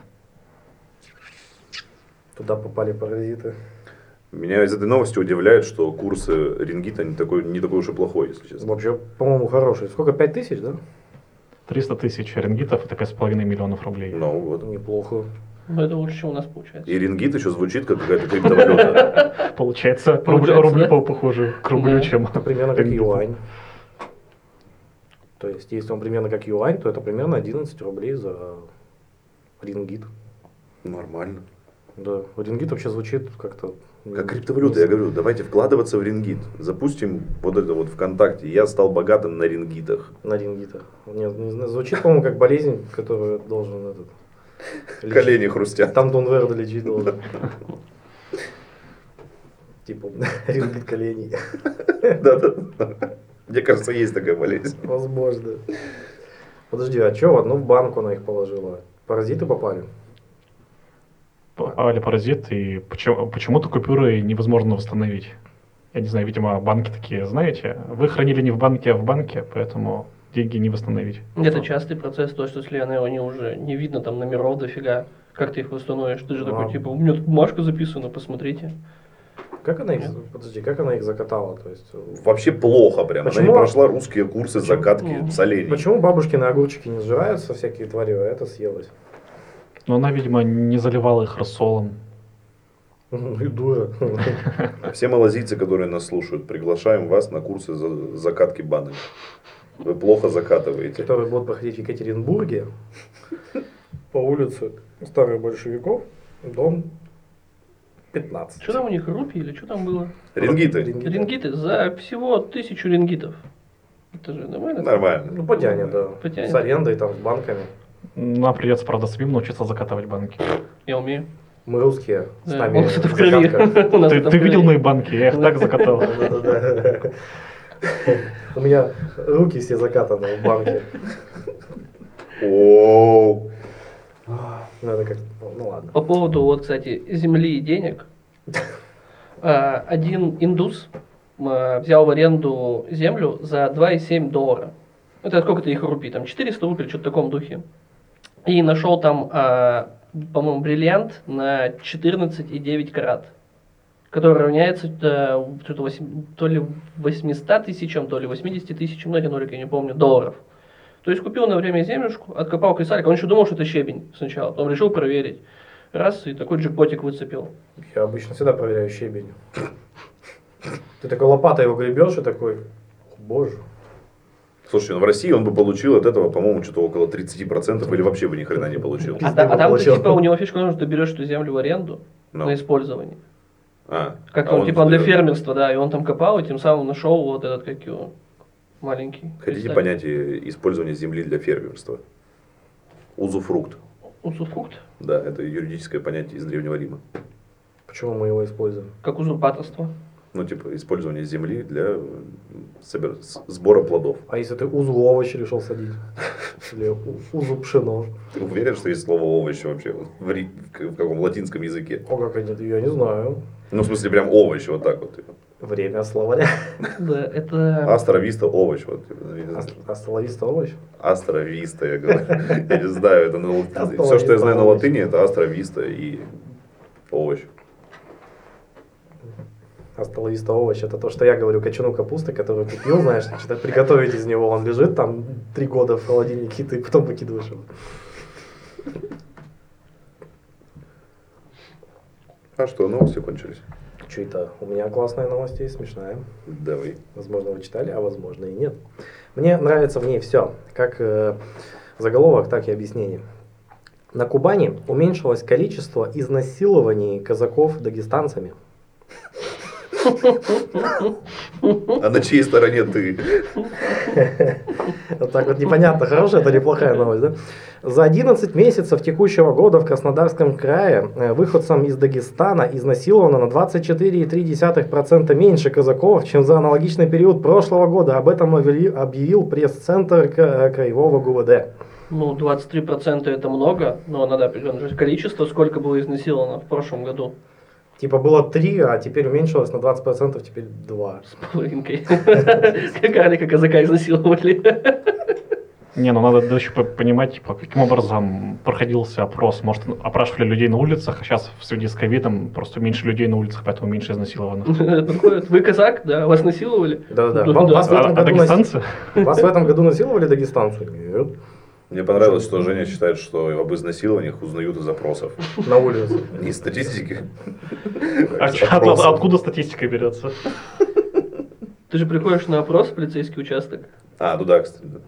Speaker 1: Туда попали паразиты.
Speaker 2: Меня из этой новости удивляет, что курсы рингита не такой, не такой уж и плохой, если честно.
Speaker 1: Вообще, по-моему, хорошие. Сколько, пять тысяч, да?
Speaker 4: 300 тысяч рингитов это 5,5 миллионов рублей.
Speaker 2: Ну вот.
Speaker 1: Неплохо.
Speaker 3: Ну, это лучше, чем у нас получается.
Speaker 2: И рингит еще звучит как какая-то
Speaker 1: (laughs)
Speaker 2: криптовалюта.
Speaker 4: Получается, рубль,
Speaker 3: Получается,
Speaker 4: рублю
Speaker 3: да?
Speaker 4: по- похоже к рублю,
Speaker 3: Да.
Speaker 4: чем...
Speaker 1: Это примерно как
Speaker 4: рингит.
Speaker 1: юань. То есть, если он примерно как юань, то это примерно 11 рублей за рингит.
Speaker 2: Нормально.
Speaker 1: Да, рингит вообще звучит как-то...
Speaker 2: Как криптовалюта, я говорю, давайте вкладываться в рингит. Запустим вот это вот ВКонтакте. Я стал богатым на рингитах.
Speaker 1: На рингитах. Не, не знаю, звучит, по-моему, как болезнь, которую должен этот... лечить.
Speaker 2: (laughs) Колени хрустят.
Speaker 1: Там Дон Верда лечить должен. Типа, (laughs) рингит коленей.
Speaker 2: (laughs) Да-да. Мне кажется, есть такая болезнь.
Speaker 1: Возможно. Подожди, а чё в одну банку она их положила? Паразиты попали?
Speaker 4: Попали паразиты, и почему- почему-то купюры невозможно восстановить. Я не знаю, видимо, банки такие, знаете, вы хранили не в банке, а в банке, поэтому деньги не восстановить.
Speaker 3: Это частый процесс, то, что с Лианой они уже не видно, там номеров дофига. Как ты их восстановишь? Ты же
Speaker 1: Да.
Speaker 3: такой, типа, у меня тут бумажка записана, посмотрите.
Speaker 1: Как она их, подожди, как она их закатала? То есть, э,
Speaker 2: Вообще плохо прям. Она не
Speaker 1: Почему?
Speaker 2: прошла русские курсы закатки
Speaker 3: Почему?
Speaker 2: солений.
Speaker 1: почему бабушкины огурчики не сжираются, всякие твари, а это съелось? (laughs)
Speaker 4: Но она, видимо, не заливала их рассолом.
Speaker 1: Ну и дура. (laughs)
Speaker 2: Все малазийцы, которые нас слушают, приглашаем вас на курсы за- закатки банок. Вы плохо закатываете.
Speaker 1: Который будут проходить в Екатеринбурге (laughs) по улице Старых Большевиков, дом 15.
Speaker 3: Что там у них, рупии или что там было?
Speaker 2: Рингиты.
Speaker 1: Рингиты.
Speaker 3: Рингиты за всего тысячу рингитов. Это же нормально?
Speaker 2: Нормально.
Speaker 1: Ну, потянет, да.
Speaker 3: Потянет.
Speaker 1: С арендой, там, с банками.
Speaker 4: Ну, а придется, правда, самим научиться закатывать банки.
Speaker 3: Я умею.
Speaker 1: Мы русские, с
Speaker 3: Да,
Speaker 1: нами
Speaker 3: у нас это в крови.
Speaker 1: загадка.
Speaker 3: (laughs) У нас
Speaker 4: Ты,
Speaker 3: это в
Speaker 4: ты видел
Speaker 3: крови.
Speaker 4: мои банки? Я
Speaker 3: (laughs)
Speaker 4: их так закатал.
Speaker 1: Да-да-да. (laughs) У меня руки все закатаны в
Speaker 3: (laughs)
Speaker 1: банке.
Speaker 2: О,
Speaker 1: Надо как ну ладно.
Speaker 3: По поводу, вот, кстати, земли и денег. Э, Один индус э, взял в аренду землю за 2,7 доллара. Это сколько-то их рупий, там 400 рупий, что-то в таком духе. И нашел там, э, по-моему, бриллиант на 14,9 карат, который равняется э, что-то восем- то ли 800 тысячам, то ли 80 тысячам, ну, эти нолики, я не помню, долларов. То есть купил на время землюшку, откопал кристаллик, он еще думал, что это щебень сначала, потом решил проверить. Раз, и такой джекпотик выцепил.
Speaker 1: Я обычно всегда проверяю щебень. Ты такой лопатой его гребешь и такой, «О, боже.
Speaker 2: Слушай, ну в России он бы получил от этого, по-моему, что-то около 30% или вообще бы ни хрена не получил.
Speaker 3: А,
Speaker 1: Пиздец
Speaker 3: та- а там,
Speaker 1: получил.
Speaker 3: типа, у него фишка, в том, что ты берешь эту землю в аренду
Speaker 2: Ну.
Speaker 3: на использование.
Speaker 2: А,
Speaker 3: Как
Speaker 2: а
Speaker 3: он, типа, он для
Speaker 2: сдаёт.
Speaker 3: фермерства, да, и он там копал, и тем самым нашел вот этот, как его, маленький.
Speaker 2: Хотите
Speaker 3: кристаллик.
Speaker 2: понятие использования земли для фермерства? Узуфрукт.
Speaker 3: Усуфрукт,
Speaker 2: Да, это юридическое понятие из Древнего Рима.
Speaker 1: Почему мы его используем?
Speaker 2: (laughs)
Speaker 3: как узурпаторство.
Speaker 2: Ну, типа, использование земли для э, собер- с- сбора плодов.
Speaker 1: А если ты узу овощи решил садить? Или у- узу пшено?
Speaker 2: Ты уверен, что есть слово овощи вообще в, ри- в к- в каком латинском языке?
Speaker 1: О, как они, я не знаю.
Speaker 2: Ну, в смысле, прям овощи, вот так вот. Типа.
Speaker 1: Время словаря.
Speaker 3: Да, это...
Speaker 2: Астра виста, овощ. Вот, типа, я не знаю.
Speaker 1: А Астоловист овощ?
Speaker 2: Астра виста, я говорю. (laughs) Я не знаю, это на латыни.
Speaker 1: Астра
Speaker 2: Все, что я
Speaker 1: виста,
Speaker 2: знаю на
Speaker 1: овощ.
Speaker 2: латыни, это астра виста и овощ.
Speaker 1: Астоловиста овощ А это то, что я говорю, кочану капусты, которую купил, знаешь, что-то приготовить из него. Он лежит там три года в холодильнике, и ты потом выкидываешь его.
Speaker 2: А что, новости кончились?
Speaker 1: Че это? У меня классная новость есть, смешная.
Speaker 2: Давай.
Speaker 1: Возможно, вы читали, а возможно и нет. Мне нравится в ней все. Как э, заголовок, так и объяснение. На Кубани уменьшилось количество изнасилований казаков дагестанцами. (laughs)
Speaker 2: А на чьей стороне ты?
Speaker 1: Вот так вот непонятно, хорошая это неплохая новость, да? За 11 месяцев текущего года в Краснодарском крае э, выходцам из Дагестана изнасиловано на 24,3% меньше казаков, чем за аналогичный период прошлого года. Об этом объяви- объявил пресс-центр к- э, Краевого ГУВД.
Speaker 3: Ну, 23% это много, но надо определенное же количество, сколько было изнасиловано в прошлом году
Speaker 1: Типа было 3, а теперь уменьшилось на 20%, теперь 2.
Speaker 2: (laughs)
Speaker 3: с половинкой. Как Алика казака изнасиловали.
Speaker 4: Не, ну надо еще по- понимать, типа, каким образом проходился опрос. Может, опрашивали людей на улицах, а сейчас в связи с ковидом просто меньше людей на улицах, поэтому меньше изнасилованных.
Speaker 3: Подходит. Вы казак, да? Вас насиловали?
Speaker 1: Да-да-да.
Speaker 3: Ну,
Speaker 1: Вам
Speaker 3: да.
Speaker 4: А,
Speaker 1: вас в этом
Speaker 4: а
Speaker 1: году нас-
Speaker 4: дагестанцы?
Speaker 1: вас в этом году насиловали дагестанцы? Нет.
Speaker 2: Мне понравилось, что Женя считает, что об изнасилованиях узнают из опросов.
Speaker 1: На улице.
Speaker 2: Не из статистики.
Speaker 4: А
Speaker 2: Из
Speaker 4: от-
Speaker 2: опросов.
Speaker 4: откуда статистика берется?
Speaker 3: Ты же приходишь на опрос в полицейский участок.
Speaker 2: А, ну да, кстати. да.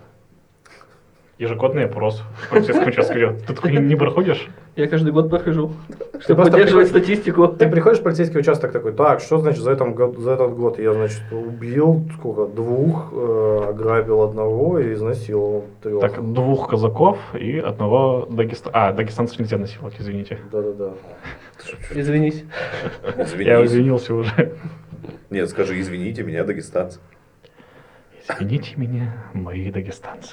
Speaker 4: Ежегодный опрос. Полицейский участок идет. Ты такой не- не проходишь?
Speaker 3: Я каждый год прохожу,
Speaker 1: Ты
Speaker 3: чтобы
Speaker 1: просто
Speaker 3: поддерживать
Speaker 1: приходишь-
Speaker 3: статистику.
Speaker 1: Ты приходишь в полицейский участок такой, так, что значит за, этом год- за этот год я, значит, убил сколько, двух, э, ограбил одного и изнасиловал трех.
Speaker 4: Так, двух казаков и одного дагестанца. А, дагестанцев нельзя насиловать, извините.
Speaker 1: Да-да-да.
Speaker 3: Извинись.
Speaker 4: Я
Speaker 2: Извинись.
Speaker 4: извинился уже.
Speaker 2: Нет, скажи, извините меня, дагестанцы.
Speaker 4: Извините меня, мои дагестанцы.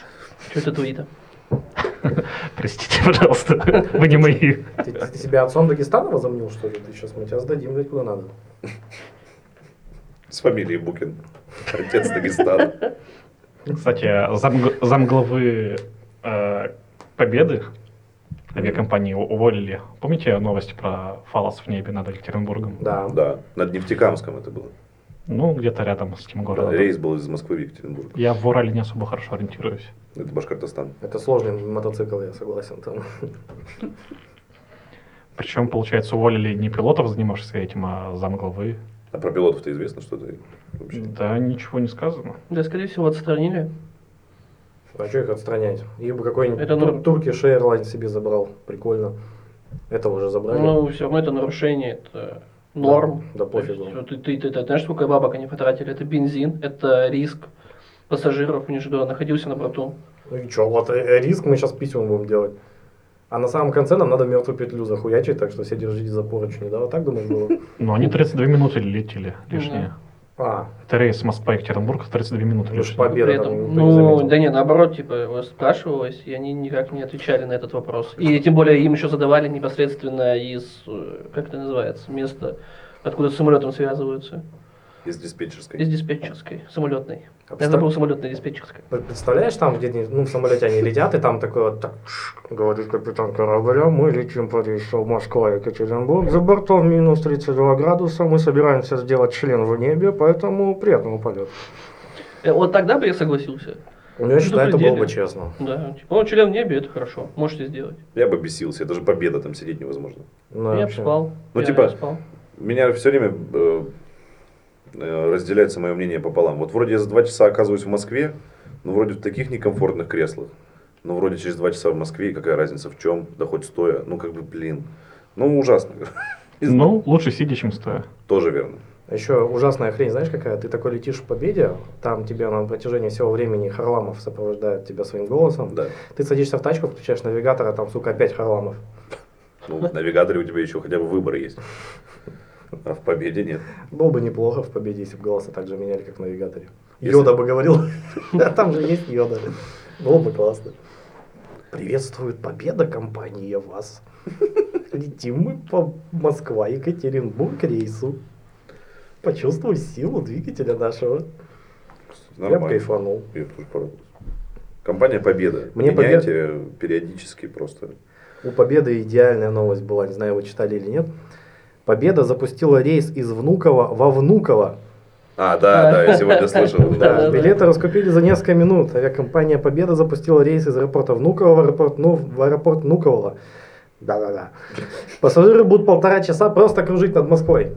Speaker 3: Что это твои-то?
Speaker 4: Простите, пожалуйста, вы не мои.
Speaker 1: Ты, ты себя отцом Дагестана возомнил, что ли? Ты сейчас мы тебя сдадим, блядь, куда надо.
Speaker 2: С фамилией Букин. Отец Дагестана.
Speaker 4: Кстати, замг- замглавы э, Победы авиакомпании у- уволили. Помните новость про фалос в небе над Екатеринбургом?
Speaker 1: Да.
Speaker 2: Ну Да, над Нефтекамском это было.
Speaker 4: Ну, где-то рядом с тем городом.
Speaker 2: Рейс был из Москвы в Екатеринбург.
Speaker 4: Я в Урале не особо хорошо ориентируюсь.
Speaker 2: Это Башкортостан.
Speaker 1: Это сложный мотоцикл, я согласен. Там.
Speaker 4: Причем, получается, уволили не пилотов, занимавшихся этим, а замглавы.
Speaker 2: А про пилотов-то известно что-то вообще?
Speaker 4: Да, ничего не сказано.
Speaker 3: Да, скорее всего, отстранили.
Speaker 1: А что их отстранять? Их бы какой-нибудь
Speaker 3: Это
Speaker 1: тур-
Speaker 3: норм.
Speaker 1: Turkish Airlines себе забрал. Прикольно. Этого уже забрали.
Speaker 3: Ну, все равно это нарушение, это норм.
Speaker 1: Да, да
Speaker 3: То есть,
Speaker 1: пофигу.
Speaker 3: вот Ты, ты, ты- ты знаешь, сколько бабок они потратили? Это бензин, это риск пассажиров, у них же кто находился на борту.
Speaker 1: Ну и что, вот э, риск мы сейчас писем будем делать. А на самом конце нам надо мертвую петлю захуячить, так что все держитесь за поручни. Да, вот так думаешь было?
Speaker 3: (laughs)
Speaker 4: Но они 32 минуты летели лишние.
Speaker 1: А,
Speaker 4: Это рейс Москва-Екатеринбург 32 минуты
Speaker 1: лишь
Speaker 4: лишние.
Speaker 1: победа
Speaker 3: При
Speaker 1: там
Speaker 3: этом,
Speaker 1: никто не заметил.
Speaker 3: ну, да не, наоборот, типа, его спрашивалось, и они никак не отвечали на этот вопрос. И тем более им еще задавали непосредственно из, э, как это называется, места, откуда с самолетом связываются.
Speaker 2: Из диспетчерской.
Speaker 3: Из диспетчерской, самолетной.
Speaker 1: А
Speaker 3: Я
Speaker 1: представ-
Speaker 3: забыл самолетная диспетчерская.
Speaker 1: Ты Представляешь, там где-нибудь, ну, в самолете они летят, и там такой вот так, «Шш», говорит капитан корабля, мы летим по рейсу Москва-Екатеринбург, за бортом минус 32 градуса, мы собираемся сделать член в небе, поэтому приятного полета.
Speaker 3: Э, Вот тогда бы я согласился.
Speaker 1: Ну, я считаю, это
Speaker 3: Запредельно.
Speaker 1: было бы честно.
Speaker 3: Да, типа, он член в небе, это хорошо, можете сделать.
Speaker 2: Я бы бесился, это же победа, там сидеть невозможно.
Speaker 1: Ну,
Speaker 3: я бы
Speaker 1: вообще.
Speaker 3: спал.
Speaker 2: Ну,
Speaker 3: я
Speaker 2: типа-
Speaker 3: спал.
Speaker 2: Меня все время э, э, разделяется мое мнение пополам. Вот вроде я за два часа оказываюсь в Москве, но вроде в таких некомфортных креслах. Ну, вроде через два часа в Москве, и какая разница в чем, да хоть стоя. Ну, как бы, блин. Ну, ужасно. (laughs)
Speaker 4: Ну, лучше сидя, чем стоя.
Speaker 2: Тоже верно.
Speaker 1: Еще ужасная хрень, знаешь какая? Ты такой летишь в победе, там тебя на протяжении всего времени Харламов сопровождает тебя своим голосом.
Speaker 2: Да.
Speaker 1: Ты садишься в тачку, включаешь навигатор, а там, сука, опять Харламов.
Speaker 2: Ну, в навигаторе у тебя еще хотя бы выбор есть. А в победе нет.
Speaker 1: Было бы неплохо в победе, если бы голоса так же меняли, как в навигаторе.
Speaker 2: Если-
Speaker 1: Йода бы говорил. (laughs) А Там же есть йода. Было бы классно. Приветствует победа, компания вас. (laughs) Летим мы по Москва, Екатеринбург рейсу. Почувствуй силу двигателя нашего. Я бы
Speaker 2: Нормально.
Speaker 1: кайфанул.
Speaker 2: Я тоже порадовался. Компания Победа.
Speaker 1: Мне
Speaker 2: Мне Меняйте периодически просто.
Speaker 1: У Победы идеальная новость была, не знаю, вы читали или нет. Победа запустила рейс из Внуково во Внуково.
Speaker 2: А, да, да, я сегодня слышал.
Speaker 1: (laughs) Да,
Speaker 3: Да-да-да.
Speaker 1: билеты раскупили за несколько минут. Авиакомпания «Победа» запустила рейс из аэропорта Внуково в аэропорт, ну, в аэропорт Внуково. Да-да-да. Пассажиры будут полтора часа просто кружить над Москвой.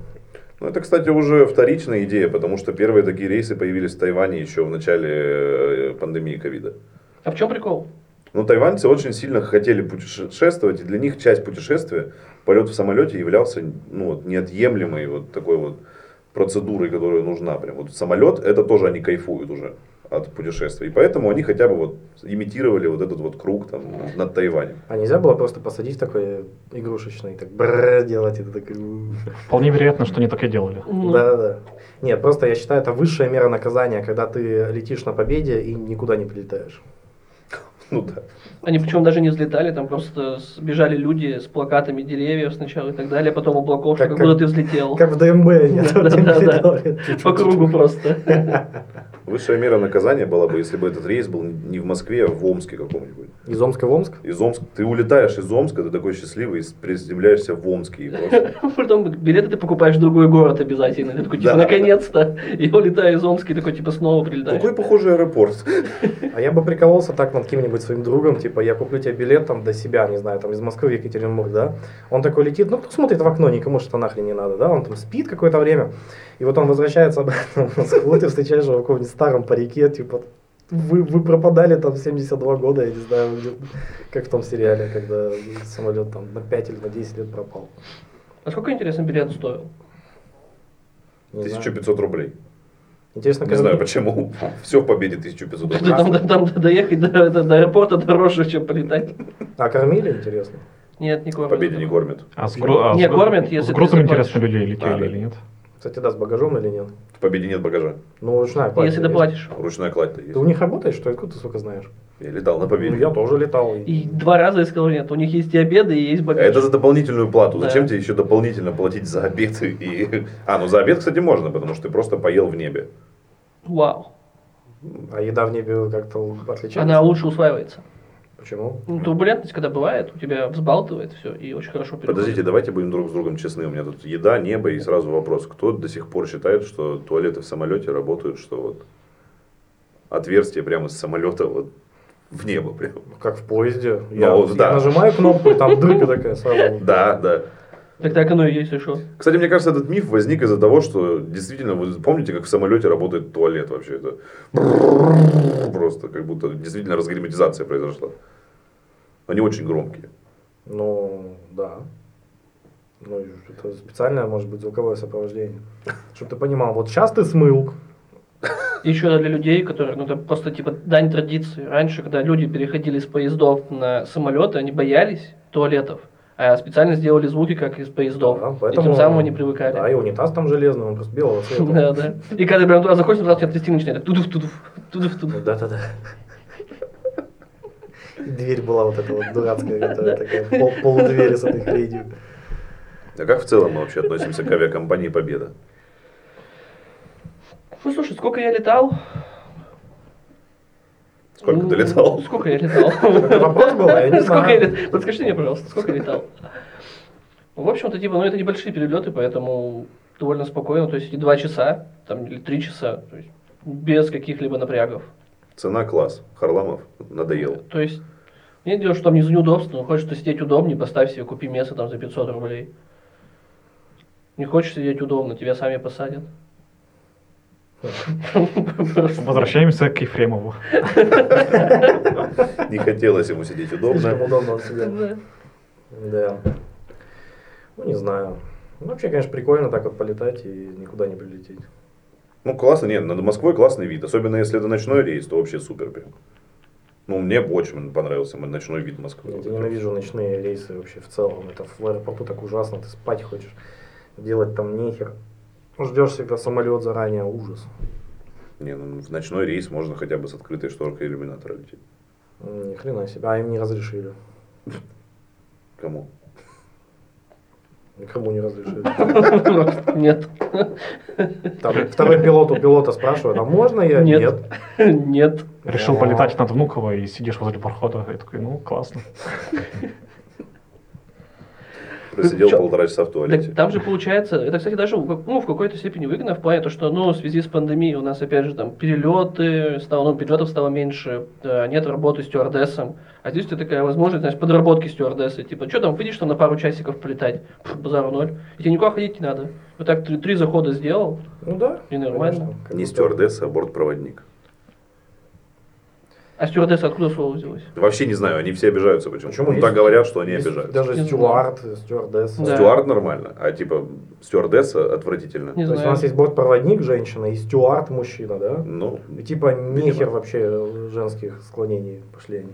Speaker 2: Ну, это, кстати, уже вторичная идея, потому что первые такие рейсы появились в Тайване еще в начале э, пандемии ковида.
Speaker 3: А в чем прикол?
Speaker 2: Но тайваньцы очень сильно хотели путешествовать, и для них часть путешествия, полет в самолете являлся ну, вот, неотъемлемой вот такой вот процедурой, которая нужна. Прям вот самолет, это тоже они кайфуют уже от путешествий. И поэтому они хотя бы вот имитировали вот этот вот круг там над Тайванем. (laughs)
Speaker 1: А нельзя было просто посадить такой игрушечный, так бррр делать, и ты такой... «У».
Speaker 4: Вполне вероятно, что они так и делали.
Speaker 3: Ну,
Speaker 1: Да-да-да. Нет, просто я считаю, это высшая мера наказания, когда ты летишь на победе и никуда не прилетаешь.
Speaker 2: Ну да.
Speaker 3: Они причем даже не взлетали, там просто сбежали люди с плакатами деревьев сначала и так далее, потом облаков, что
Speaker 1: Как-
Speaker 3: как будто
Speaker 1: как-
Speaker 3: ты взлетел.
Speaker 1: Как в ДМБ, нет, там
Speaker 3: Да, да,
Speaker 1: не
Speaker 3: да.
Speaker 1: прилетали.
Speaker 3: По кругу просто.
Speaker 2: Высшая мера наказания была бы, если бы этот рейс был не в Москве, а в Омске каком-нибудь.
Speaker 1: Из Омска в Омск?
Speaker 2: Из Омска. Ты улетаешь из Омска, ты такой счастливый, и приземляешься в Омске. И
Speaker 1: (laughs)
Speaker 2: просто...
Speaker 3: (laughs) Потом билеты ты покупаешь в другой город обязательно. Ты такой,
Speaker 2: Да.
Speaker 3: типа, (laughs) наконец-то. И улетаю из Омска, и такой, типа, снова прилетаешь.
Speaker 2: Какой похожий аэропорт.
Speaker 1: А я бы прикололся так над кем-нибудь своим другом, типа, я куплю тебе билет там до себя, не знаю, там из Москвы в Екатеринбург, да? Он такой летит, ну кто смотрит в окно, никому что нахрен не надо, да? Он там спит какое-то время, и вот он возвращается обратно в Москву, ты встречаешь его в каком-нибудь старом парике, типа, вы, вы пропадали там 72 года, я не знаю, вы где- как в том сериале, когда самолет там на 5 или на 10 лет пропал.
Speaker 3: А сколько, интересно, билет стоил?
Speaker 1: Не знаю.
Speaker 2: 1500 рублей.
Speaker 1: Интересно,
Speaker 2: Не
Speaker 1: как-
Speaker 2: знаю почему.
Speaker 1: А.
Speaker 2: Все в победе 1500
Speaker 3: Там,
Speaker 2: рублей.
Speaker 3: там- там доехать до, до- до аэропорта дороже, чем полетать.
Speaker 1: А кормили, интересно?
Speaker 3: Нет, не
Speaker 2: В
Speaker 3: кормят.
Speaker 2: Победе не кормят.
Speaker 4: А с, гру- а
Speaker 3: Не,
Speaker 4: с-
Speaker 3: кормят,
Speaker 4: с
Speaker 3: если ты
Speaker 4: грузом
Speaker 3: заплатишь.
Speaker 4: интересно людей летели
Speaker 2: А, да.
Speaker 4: или нет?
Speaker 1: Кстати, да, с багажом или нет?
Speaker 2: В Победе нет багажа.
Speaker 1: Ну, ручная кладь есть.
Speaker 3: Если доплатишь.
Speaker 2: Ручная кладь-то
Speaker 1: Ты у
Speaker 2: есть.
Speaker 1: них работаешь, что ли? Откуда ты, сука, знаешь?
Speaker 2: Я летал на
Speaker 1: Ну,
Speaker 2: Победе.
Speaker 1: я тоже летал.
Speaker 3: И два раза я сказал, нет, у них есть и обеды, и есть багаж.
Speaker 2: А Это за дополнительную плату.
Speaker 3: Да.
Speaker 2: Зачем тебе еще дополнительно платить за обед? И... (laughs) А, ну за обед, кстати, можно, потому что ты просто поел в небе.
Speaker 3: Вау.
Speaker 1: А еда в небе как-то отличается?
Speaker 3: Она лучше усваивается.
Speaker 1: Почему?
Speaker 3: Ну, турбулентность, когда бывает, у тебя взбалтывает все и очень хорошо переходит.
Speaker 2: Подождите, давайте будем друг с другом честны. У меня тут еда, небо и сразу вопрос. Кто до сих пор считает, что туалеты в самолете работают, что вот отверстие прямо с самолета вот в небо прям?
Speaker 1: Как в поезде. я,
Speaker 2: Ну, вот,
Speaker 1: я
Speaker 2: да.
Speaker 1: нажимаю кнопку, и
Speaker 3: (laughs)
Speaker 1: там дырка такая сразу.
Speaker 2: Да, да.
Speaker 3: Так так оно и есть, и что?
Speaker 2: Кстати, мне кажется, этот миф возник из-за того, что действительно, вы помните, как в самолете работает туалет вообще? Это просто как будто действительно разгерметизация произошла. Они очень громкие.
Speaker 1: Ну, да. Ну, и это специальное, может быть, звуковое сопровождение. Чтобы ты понимал, вот сейчас ты смыл.
Speaker 3: Еще для людей, которые, ну, это просто типа дань традиции. Раньше, когда люди переходили с поездов на самолеты, они боялись туалетов, а специально сделали звуки, как из поездов.
Speaker 1: Да,
Speaker 3: И тем самым они привыкали. (laughs)
Speaker 1: Да, и унитаз там железный, он просто белого
Speaker 3: Да,
Speaker 1: цвета.
Speaker 3: да. И когда ты прям туда заходишь, сразу тебя трясти начинает. Тудуф, тудуф, тудуф, тудуф.
Speaker 1: Да-да-да. И Дверь была вот эта вот дурацкая, которая такая, пол, полудверь с этой хренью.
Speaker 2: А как в целом мы вообще относимся к авиакомпании Победа?
Speaker 3: Ну слушай, сколько я летал?
Speaker 2: Сколько ты
Speaker 3: Ну,
Speaker 2: летал?
Speaker 3: Сколько я летал?
Speaker 1: (laughs) Это вопрос был, а я не
Speaker 3: Сколько я
Speaker 1: знаю.
Speaker 3: лет- Подскажи мне, пожалуйста, сколько я летал? В общем-то, типа, ну это небольшие перелеты, поэтому довольно спокойно, то есть и два часа, там, или три часа, то есть без каких-либо напрягов.
Speaker 2: Цена класс. Харламов надоел.
Speaker 3: То есть, мне дело, что там не за неудобство, но хочешь ты сидеть удобнее, поставь себе, купи место там за 500 рублей. Не хочешь сидеть удобно, тебя сами посадят.
Speaker 1: (laughs)
Speaker 3: Просто.
Speaker 4: Возвращаемся к Ефремову.
Speaker 2: Не хотелось ему сидеть
Speaker 1: Слишком
Speaker 2: удобно.
Speaker 1: удобно он сидел.
Speaker 3: Да.
Speaker 1: Да. Ну, не знаю. Ну, вообще, конечно, прикольно так вот полетать и никуда не прилететь.
Speaker 2: Ну, классно, нет, над Москвой классный вид. Особенно если это ночной рейс, то вообще супер прям. Ну, мне бы очень понравился мой ночной вид Москвы.
Speaker 3: Ну,
Speaker 1: Я ненавижу ночные рейсы вообще в целом. Это в аэропорту так ужасно, ты спать хочешь. Делать там нехер. Ждешь всегда самолет заранее, ужас.
Speaker 2: Не, ну, в ночной рейс можно хотя бы с открытой шторкой иллюминатора лететь.
Speaker 1: М, Ни хрена себе. А им не разрешили.
Speaker 2: Кому?
Speaker 1: Никому не
Speaker 3: (laughs)
Speaker 1: разрешили.
Speaker 3: Просто Нет.
Speaker 1: Там второй пилот у пилота спрашивает, а можно я?
Speaker 3: Нет. Нет.
Speaker 4: Решил
Speaker 1: Да.
Speaker 4: полетать над Внуково и сидишь возле парохода. И такой, ну, классно.
Speaker 2: Просидел
Speaker 3: Чё?
Speaker 2: полтора часа в туалете.
Speaker 3: Так там же получается, это, кстати, даже в как- ну, в какой-то степени выгодно в плане то, что ну, в связи с пандемией у нас, опять же, там перелеты, стало, ну, перелетов стало меньше, э, нет работы стюардессом. А здесь у тебя такая возможность, знаешь, подработки стюардессы. Типа, что там, выйдешь там на пару часиков полетать, Пф, базару ноль, и тебе никуда ходить не надо. Вот так три, три захода сделал,
Speaker 1: Ну да.
Speaker 3: И нормально.
Speaker 1: конечно. Как
Speaker 2: Не
Speaker 1: будто-
Speaker 2: стюардесса, а бортпроводник.
Speaker 3: А стюардесса откуда слово взялось?
Speaker 2: Вообще не знаю, они все обижаются почему.
Speaker 1: Почему?
Speaker 2: Ну,
Speaker 1: Есть-
Speaker 2: так говорят, что они
Speaker 1: Есть
Speaker 2: обижаются.
Speaker 1: Даже
Speaker 3: Не
Speaker 1: стюард, стюардесса.
Speaker 3: Да.
Speaker 2: Стюард нормально, а типа стюардесса отвратительно.
Speaker 3: Не
Speaker 1: То есть у
Speaker 3: знаю.
Speaker 1: нас есть бортпроводник женщина и стюард мужчина, да?
Speaker 2: Ну,
Speaker 1: И Типа нехер вообще э, женских склонений пошли они.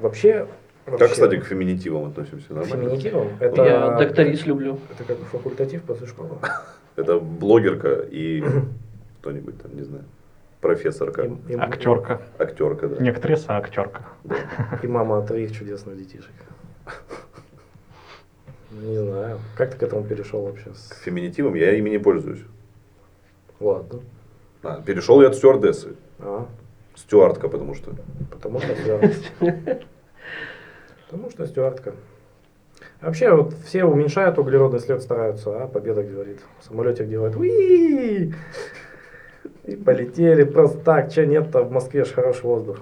Speaker 1: Вообще... вообще
Speaker 2: как, кстати, к феминитивам относимся?
Speaker 1: к
Speaker 2: Нормально?
Speaker 1: феминитивам? Это,
Speaker 3: Я докторис люблю.
Speaker 1: Это как факультатив после школы.
Speaker 2: Это блогерка
Speaker 3: (clears throat)
Speaker 2: и кто-нибудь там, не знаю, профессорка,
Speaker 1: И- и-
Speaker 4: Актерка.
Speaker 2: актерка, да.
Speaker 4: Не актриса, а актерка.
Speaker 1: И мама троих чудесных детишек. (laughs) Не знаю. Как ты к этому перешел вообще?
Speaker 2: К
Speaker 1: С-
Speaker 2: феминитивам я ими не пользуюсь.
Speaker 1: Ладно.
Speaker 2: А, перешел я от стюардессы.
Speaker 1: А,
Speaker 2: Стюардка, потому что.
Speaker 1: потому что стюард. Потому что стюардка. Вообще, вот все уменьшают углеродный след, стараются, а победа говорит. Самолетик делает уи И полетели просто так. Че нет-то в Москве ж хороший воздух.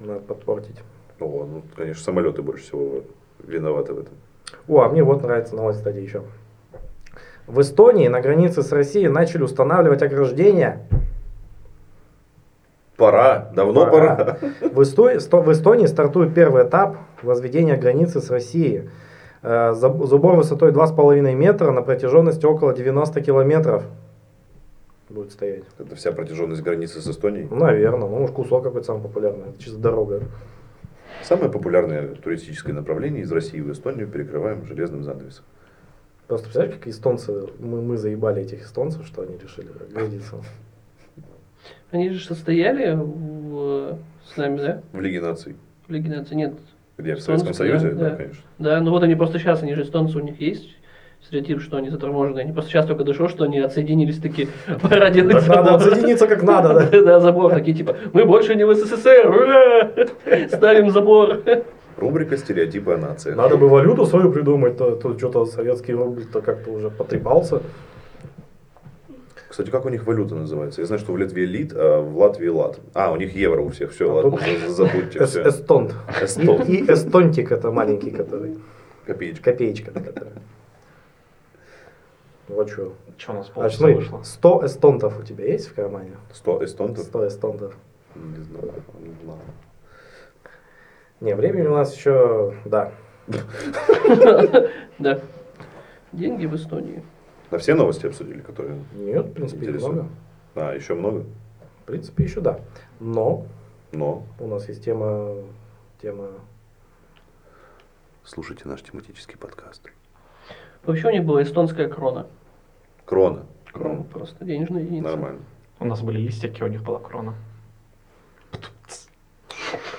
Speaker 1: Надо подпортить.
Speaker 2: О, ну, конечно, самолеты больше всего виноваты в этом.
Speaker 1: О, а мне вот нравится новость, кстати, еще. В Эстонии на границе с Россией начали устанавливать ограждения.
Speaker 2: Пора, давно пора. (laughs)
Speaker 1: Пора. В, Эсто- сто- в Эстонии стартует первый этап возведения границы с Россией. Э, заб- Забор высотой 2,5 метра на протяженности около 90 километров будет стоять.
Speaker 2: Это вся протяженность границы с Эстонией.
Speaker 1: Наверное. Ну, уж кусок какой-то самый популярный. Это чисто дорога.
Speaker 2: Самое популярное туристическое направление из России в Эстонию перекрываем железным занавесом.
Speaker 1: Просто представляешь, как эстонцы, мы, мы заебали этих эстонцев, что они решили границу.
Speaker 3: Они же состояли в, э, с нами, да?
Speaker 2: В Лиге наций.
Speaker 3: В Лиге наций? Нет.
Speaker 2: Где? В
Speaker 3: Эстонцы,
Speaker 2: Советском Союзе?
Speaker 3: да,
Speaker 2: Да,
Speaker 3: да.
Speaker 2: конечно.
Speaker 3: Да, ну вот они просто сейчас, они же эстонцы, у них есть стереотип, что они заторможенные. Они просто сейчас только дошло, что они отсоединились такие, (laughs) пора делать
Speaker 1: Так надо
Speaker 3: забор.
Speaker 1: отсоединиться как надо, да.
Speaker 3: (laughs) Да, забор, такие типа, мы больше не в СССР, ура! (laughs) ставим забор.
Speaker 2: Рубрика «Стереотипы о нациях».
Speaker 1: Надо бы валюту свою придумать, то, то что-то советский рубль-то как-то уже потрепался.
Speaker 2: Кстати, как у них валюта называется? Я знаю, что в Литве лит, а в Латвии лат. А, у них евро у всех. Все,
Speaker 1: А
Speaker 2: ладно,
Speaker 1: тут-
Speaker 2: за- забудьте
Speaker 1: Эс-
Speaker 2: все.
Speaker 1: Эстонт.
Speaker 2: Эстонт.
Speaker 1: И, и эстонтик это маленький, который.
Speaker 2: Копеечка.
Speaker 1: Копеечка которая. Вот что.
Speaker 4: Что у нас
Speaker 1: А
Speaker 4: получится
Speaker 1: смотри,
Speaker 4: вышло?
Speaker 1: 100 эстонтов у тебя есть в кармане?
Speaker 2: Сто эстонтов?
Speaker 1: 100 эстонтов.
Speaker 2: Не знаю. Ладно.
Speaker 1: Не, времени у нас еще, да.
Speaker 3: Да. Деньги в Эстонии.
Speaker 2: На все новости обсудили, которые...
Speaker 1: Нет, в принципе,
Speaker 2: Интересно.
Speaker 1: немного.
Speaker 2: А, еще много?
Speaker 1: В принципе, еще да. Но
Speaker 2: Но
Speaker 1: у нас есть тема, тема
Speaker 2: слушайте наш тематический подкаст.
Speaker 3: Вообще у них была эстонская крона.
Speaker 2: Крона.
Speaker 3: Крона просто денежная единица.
Speaker 2: Нормально.
Speaker 4: У нас были листики, у них была крона.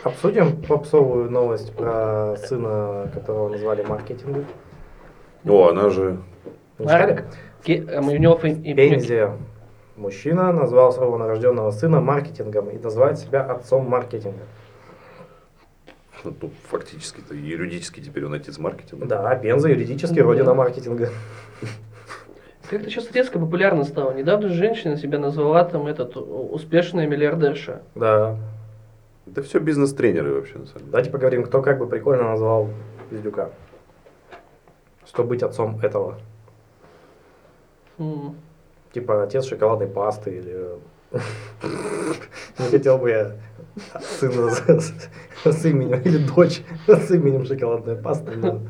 Speaker 1: Обсудим попсовую новость про сына, которого назвали маркетингом.
Speaker 2: О, она же...
Speaker 1: Не читали?
Speaker 3: Марк. Ке- а, У него фэ- и-
Speaker 1: Пензе. Мужчина назвал своего нарожденного сына маркетингом и называет себя отцом маркетинга.
Speaker 2: ну, тут фактически-то юридически теперь он отец маркетинга.
Speaker 1: Да, а Пенза юридически родина маркетинга. (laughs)
Speaker 3: Как-то сейчас резко популярно стало. Недавно женщина себя назвала там этот у- успешная миллиардерша.
Speaker 1: Да.
Speaker 2: Это все бизнес-тренеры вообще, на самом деле.
Speaker 1: Давайте поговорим, кто как бы прикольно назвал Пиздюка. Что быть отцом этого?
Speaker 3: М.
Speaker 1: Типа отец шоколадной пасты или... э, (laughs) Не хотел бы я сына с- с именем, или дочь с именем шоколадная паста, но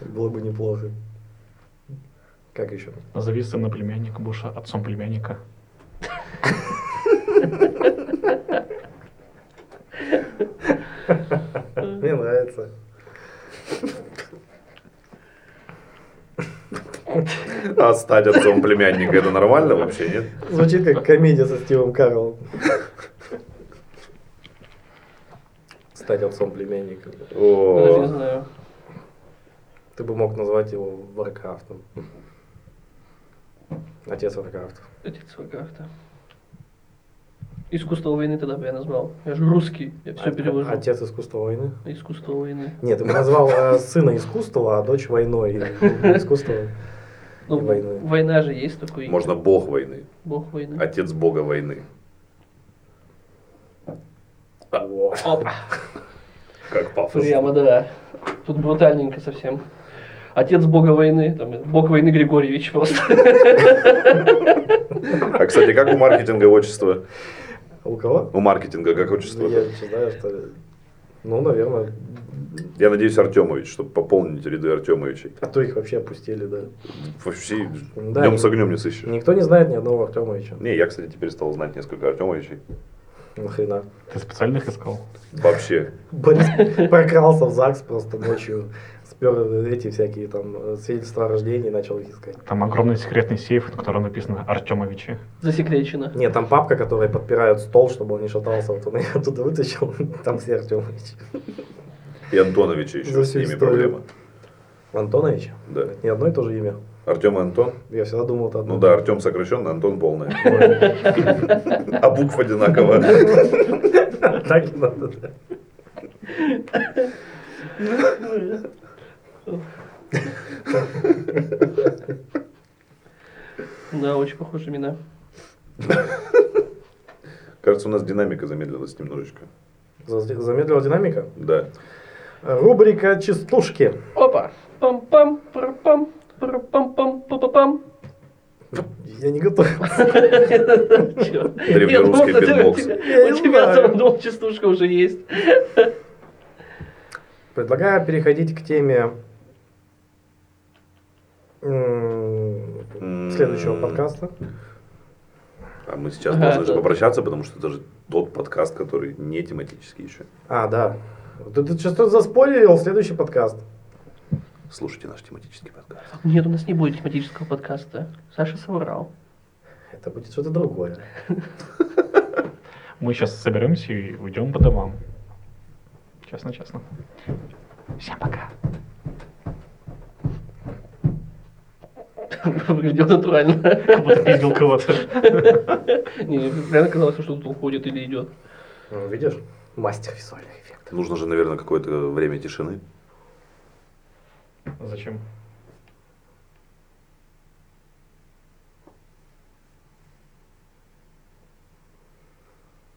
Speaker 1: было бы неплохо. Как еще?
Speaker 4: Назови сына племянника Буша отцом племянника.
Speaker 1: Мне нравится.
Speaker 2: А стать отцом племянника, это нормально вообще, нет?
Speaker 1: Звучит как комедия со Стивом Карелом. Стать отцом племянника.
Speaker 3: Даже не
Speaker 2: О,
Speaker 3: знаю.
Speaker 1: Ты бы мог назвать его Варкрафтом. Отец Варкрафт.
Speaker 3: Отец Варкрафта. Искусство войны тогда бы я назвал. Я же русский, я все
Speaker 1: О-
Speaker 3: перевожу.
Speaker 1: А, Отец искусства войны.
Speaker 3: Искусство войны.
Speaker 1: Нет, ты бы назвал э, сына искусства, а дочь войной. И Искусство.
Speaker 3: Ну,
Speaker 1: И войны.
Speaker 3: война же есть
Speaker 1: ну,
Speaker 3: такой.
Speaker 2: можно А бог войны,
Speaker 3: Бог войны.
Speaker 2: отец бога войны.
Speaker 1: Во.
Speaker 3: Опа.
Speaker 2: Как
Speaker 1: Ну,
Speaker 2: пафосно.
Speaker 3: Прямо, да. Тут брутальненько совсем. Отец бога войны, там, бог войны Григорьевич просто. (laughs)
Speaker 2: А, кстати, как у маркетинга отчество?
Speaker 1: У кого? Ну,
Speaker 2: У маркетинга как отчество?
Speaker 1: Я не знаю, что ли. Ну, наверное.
Speaker 2: Я надеюсь, Артемович, чтобы пополнить ряды Артемовичей.
Speaker 1: А то их вообще опустили, да.
Speaker 2: Вообще
Speaker 1: Да,
Speaker 2: днем
Speaker 1: ни-
Speaker 2: с огнем не сыщешь.
Speaker 1: Никто не знает ни одного Артемовича.
Speaker 2: Не, я, кстати, теперь стал знать несколько Артемовичей.
Speaker 1: Нахрена.
Speaker 4: Ты специально их искал?
Speaker 2: Вообще.
Speaker 1: Борис прокрался в ЗАГС просто ночью, спер эти всякие там э, свидетельства о рождении и начал их искать.
Speaker 4: Там огромный секретный сейф, на котором написано Артемовичи.
Speaker 3: Засекречено.
Speaker 1: Нет, там папка, которая подпирает стол, чтобы он не шатался, вот он ее оттуда вытащил, (laughs) там все Артемович.
Speaker 2: И Антоновича еще
Speaker 1: За
Speaker 2: с
Speaker 1: всю
Speaker 2: ними
Speaker 1: историю.
Speaker 2: проблема.
Speaker 1: Антонович?
Speaker 2: Да.
Speaker 1: Не одно и то же имя.
Speaker 2: Артем и Антон?
Speaker 1: Я всегда думал, это одно.
Speaker 2: Ну да, Артем сокращенно, Антон полное. (laughs) А букв одинаково.
Speaker 1: (laughs) Так и надо, да.
Speaker 3: Да, очень похожие имена.
Speaker 2: Кажется, у нас динамика замедлилась немножечко.
Speaker 1: За- Замедлила динамика.
Speaker 2: Да.
Speaker 1: Рубрика «Частушки».
Speaker 3: Опа! Пам-пам, пам пам пам
Speaker 1: Я не готов.
Speaker 2: Древнерусский битбокс.
Speaker 1: Я
Speaker 3: У
Speaker 1: не
Speaker 3: тебя
Speaker 1: знаю.
Speaker 3: там дом частушка уже есть.
Speaker 1: Предлагаю переходить к теме м, следующего
Speaker 2: М.
Speaker 1: подкаста.
Speaker 2: А мы сейчас
Speaker 3: Ага,
Speaker 2: должны же
Speaker 3: да.
Speaker 2: попрощаться, потому что это же тот подкаст, который не тематический еще.
Speaker 1: А, да. Ты, ты что-то заспойлерил следующий подкаст.
Speaker 2: Слушайте наш тематический подкаст.
Speaker 3: Нет, у нас не будет тематического подкаста. Саша соврал. (laughs)
Speaker 1: Это будет что-то другое.
Speaker 4: Мы сейчас соберемся и уйдем по домам. Честно-честно. Всем пока.
Speaker 3: Выглядел натурально. (laughs)
Speaker 4: Как будто пиздил кого-то.
Speaker 3: Не, реально казалось, что тут уходит или идет.
Speaker 1: Ну, видишь? Мастер визуальных эффектов.
Speaker 2: Нужно же, наверное, какое-то время тишины.
Speaker 4: Зачем?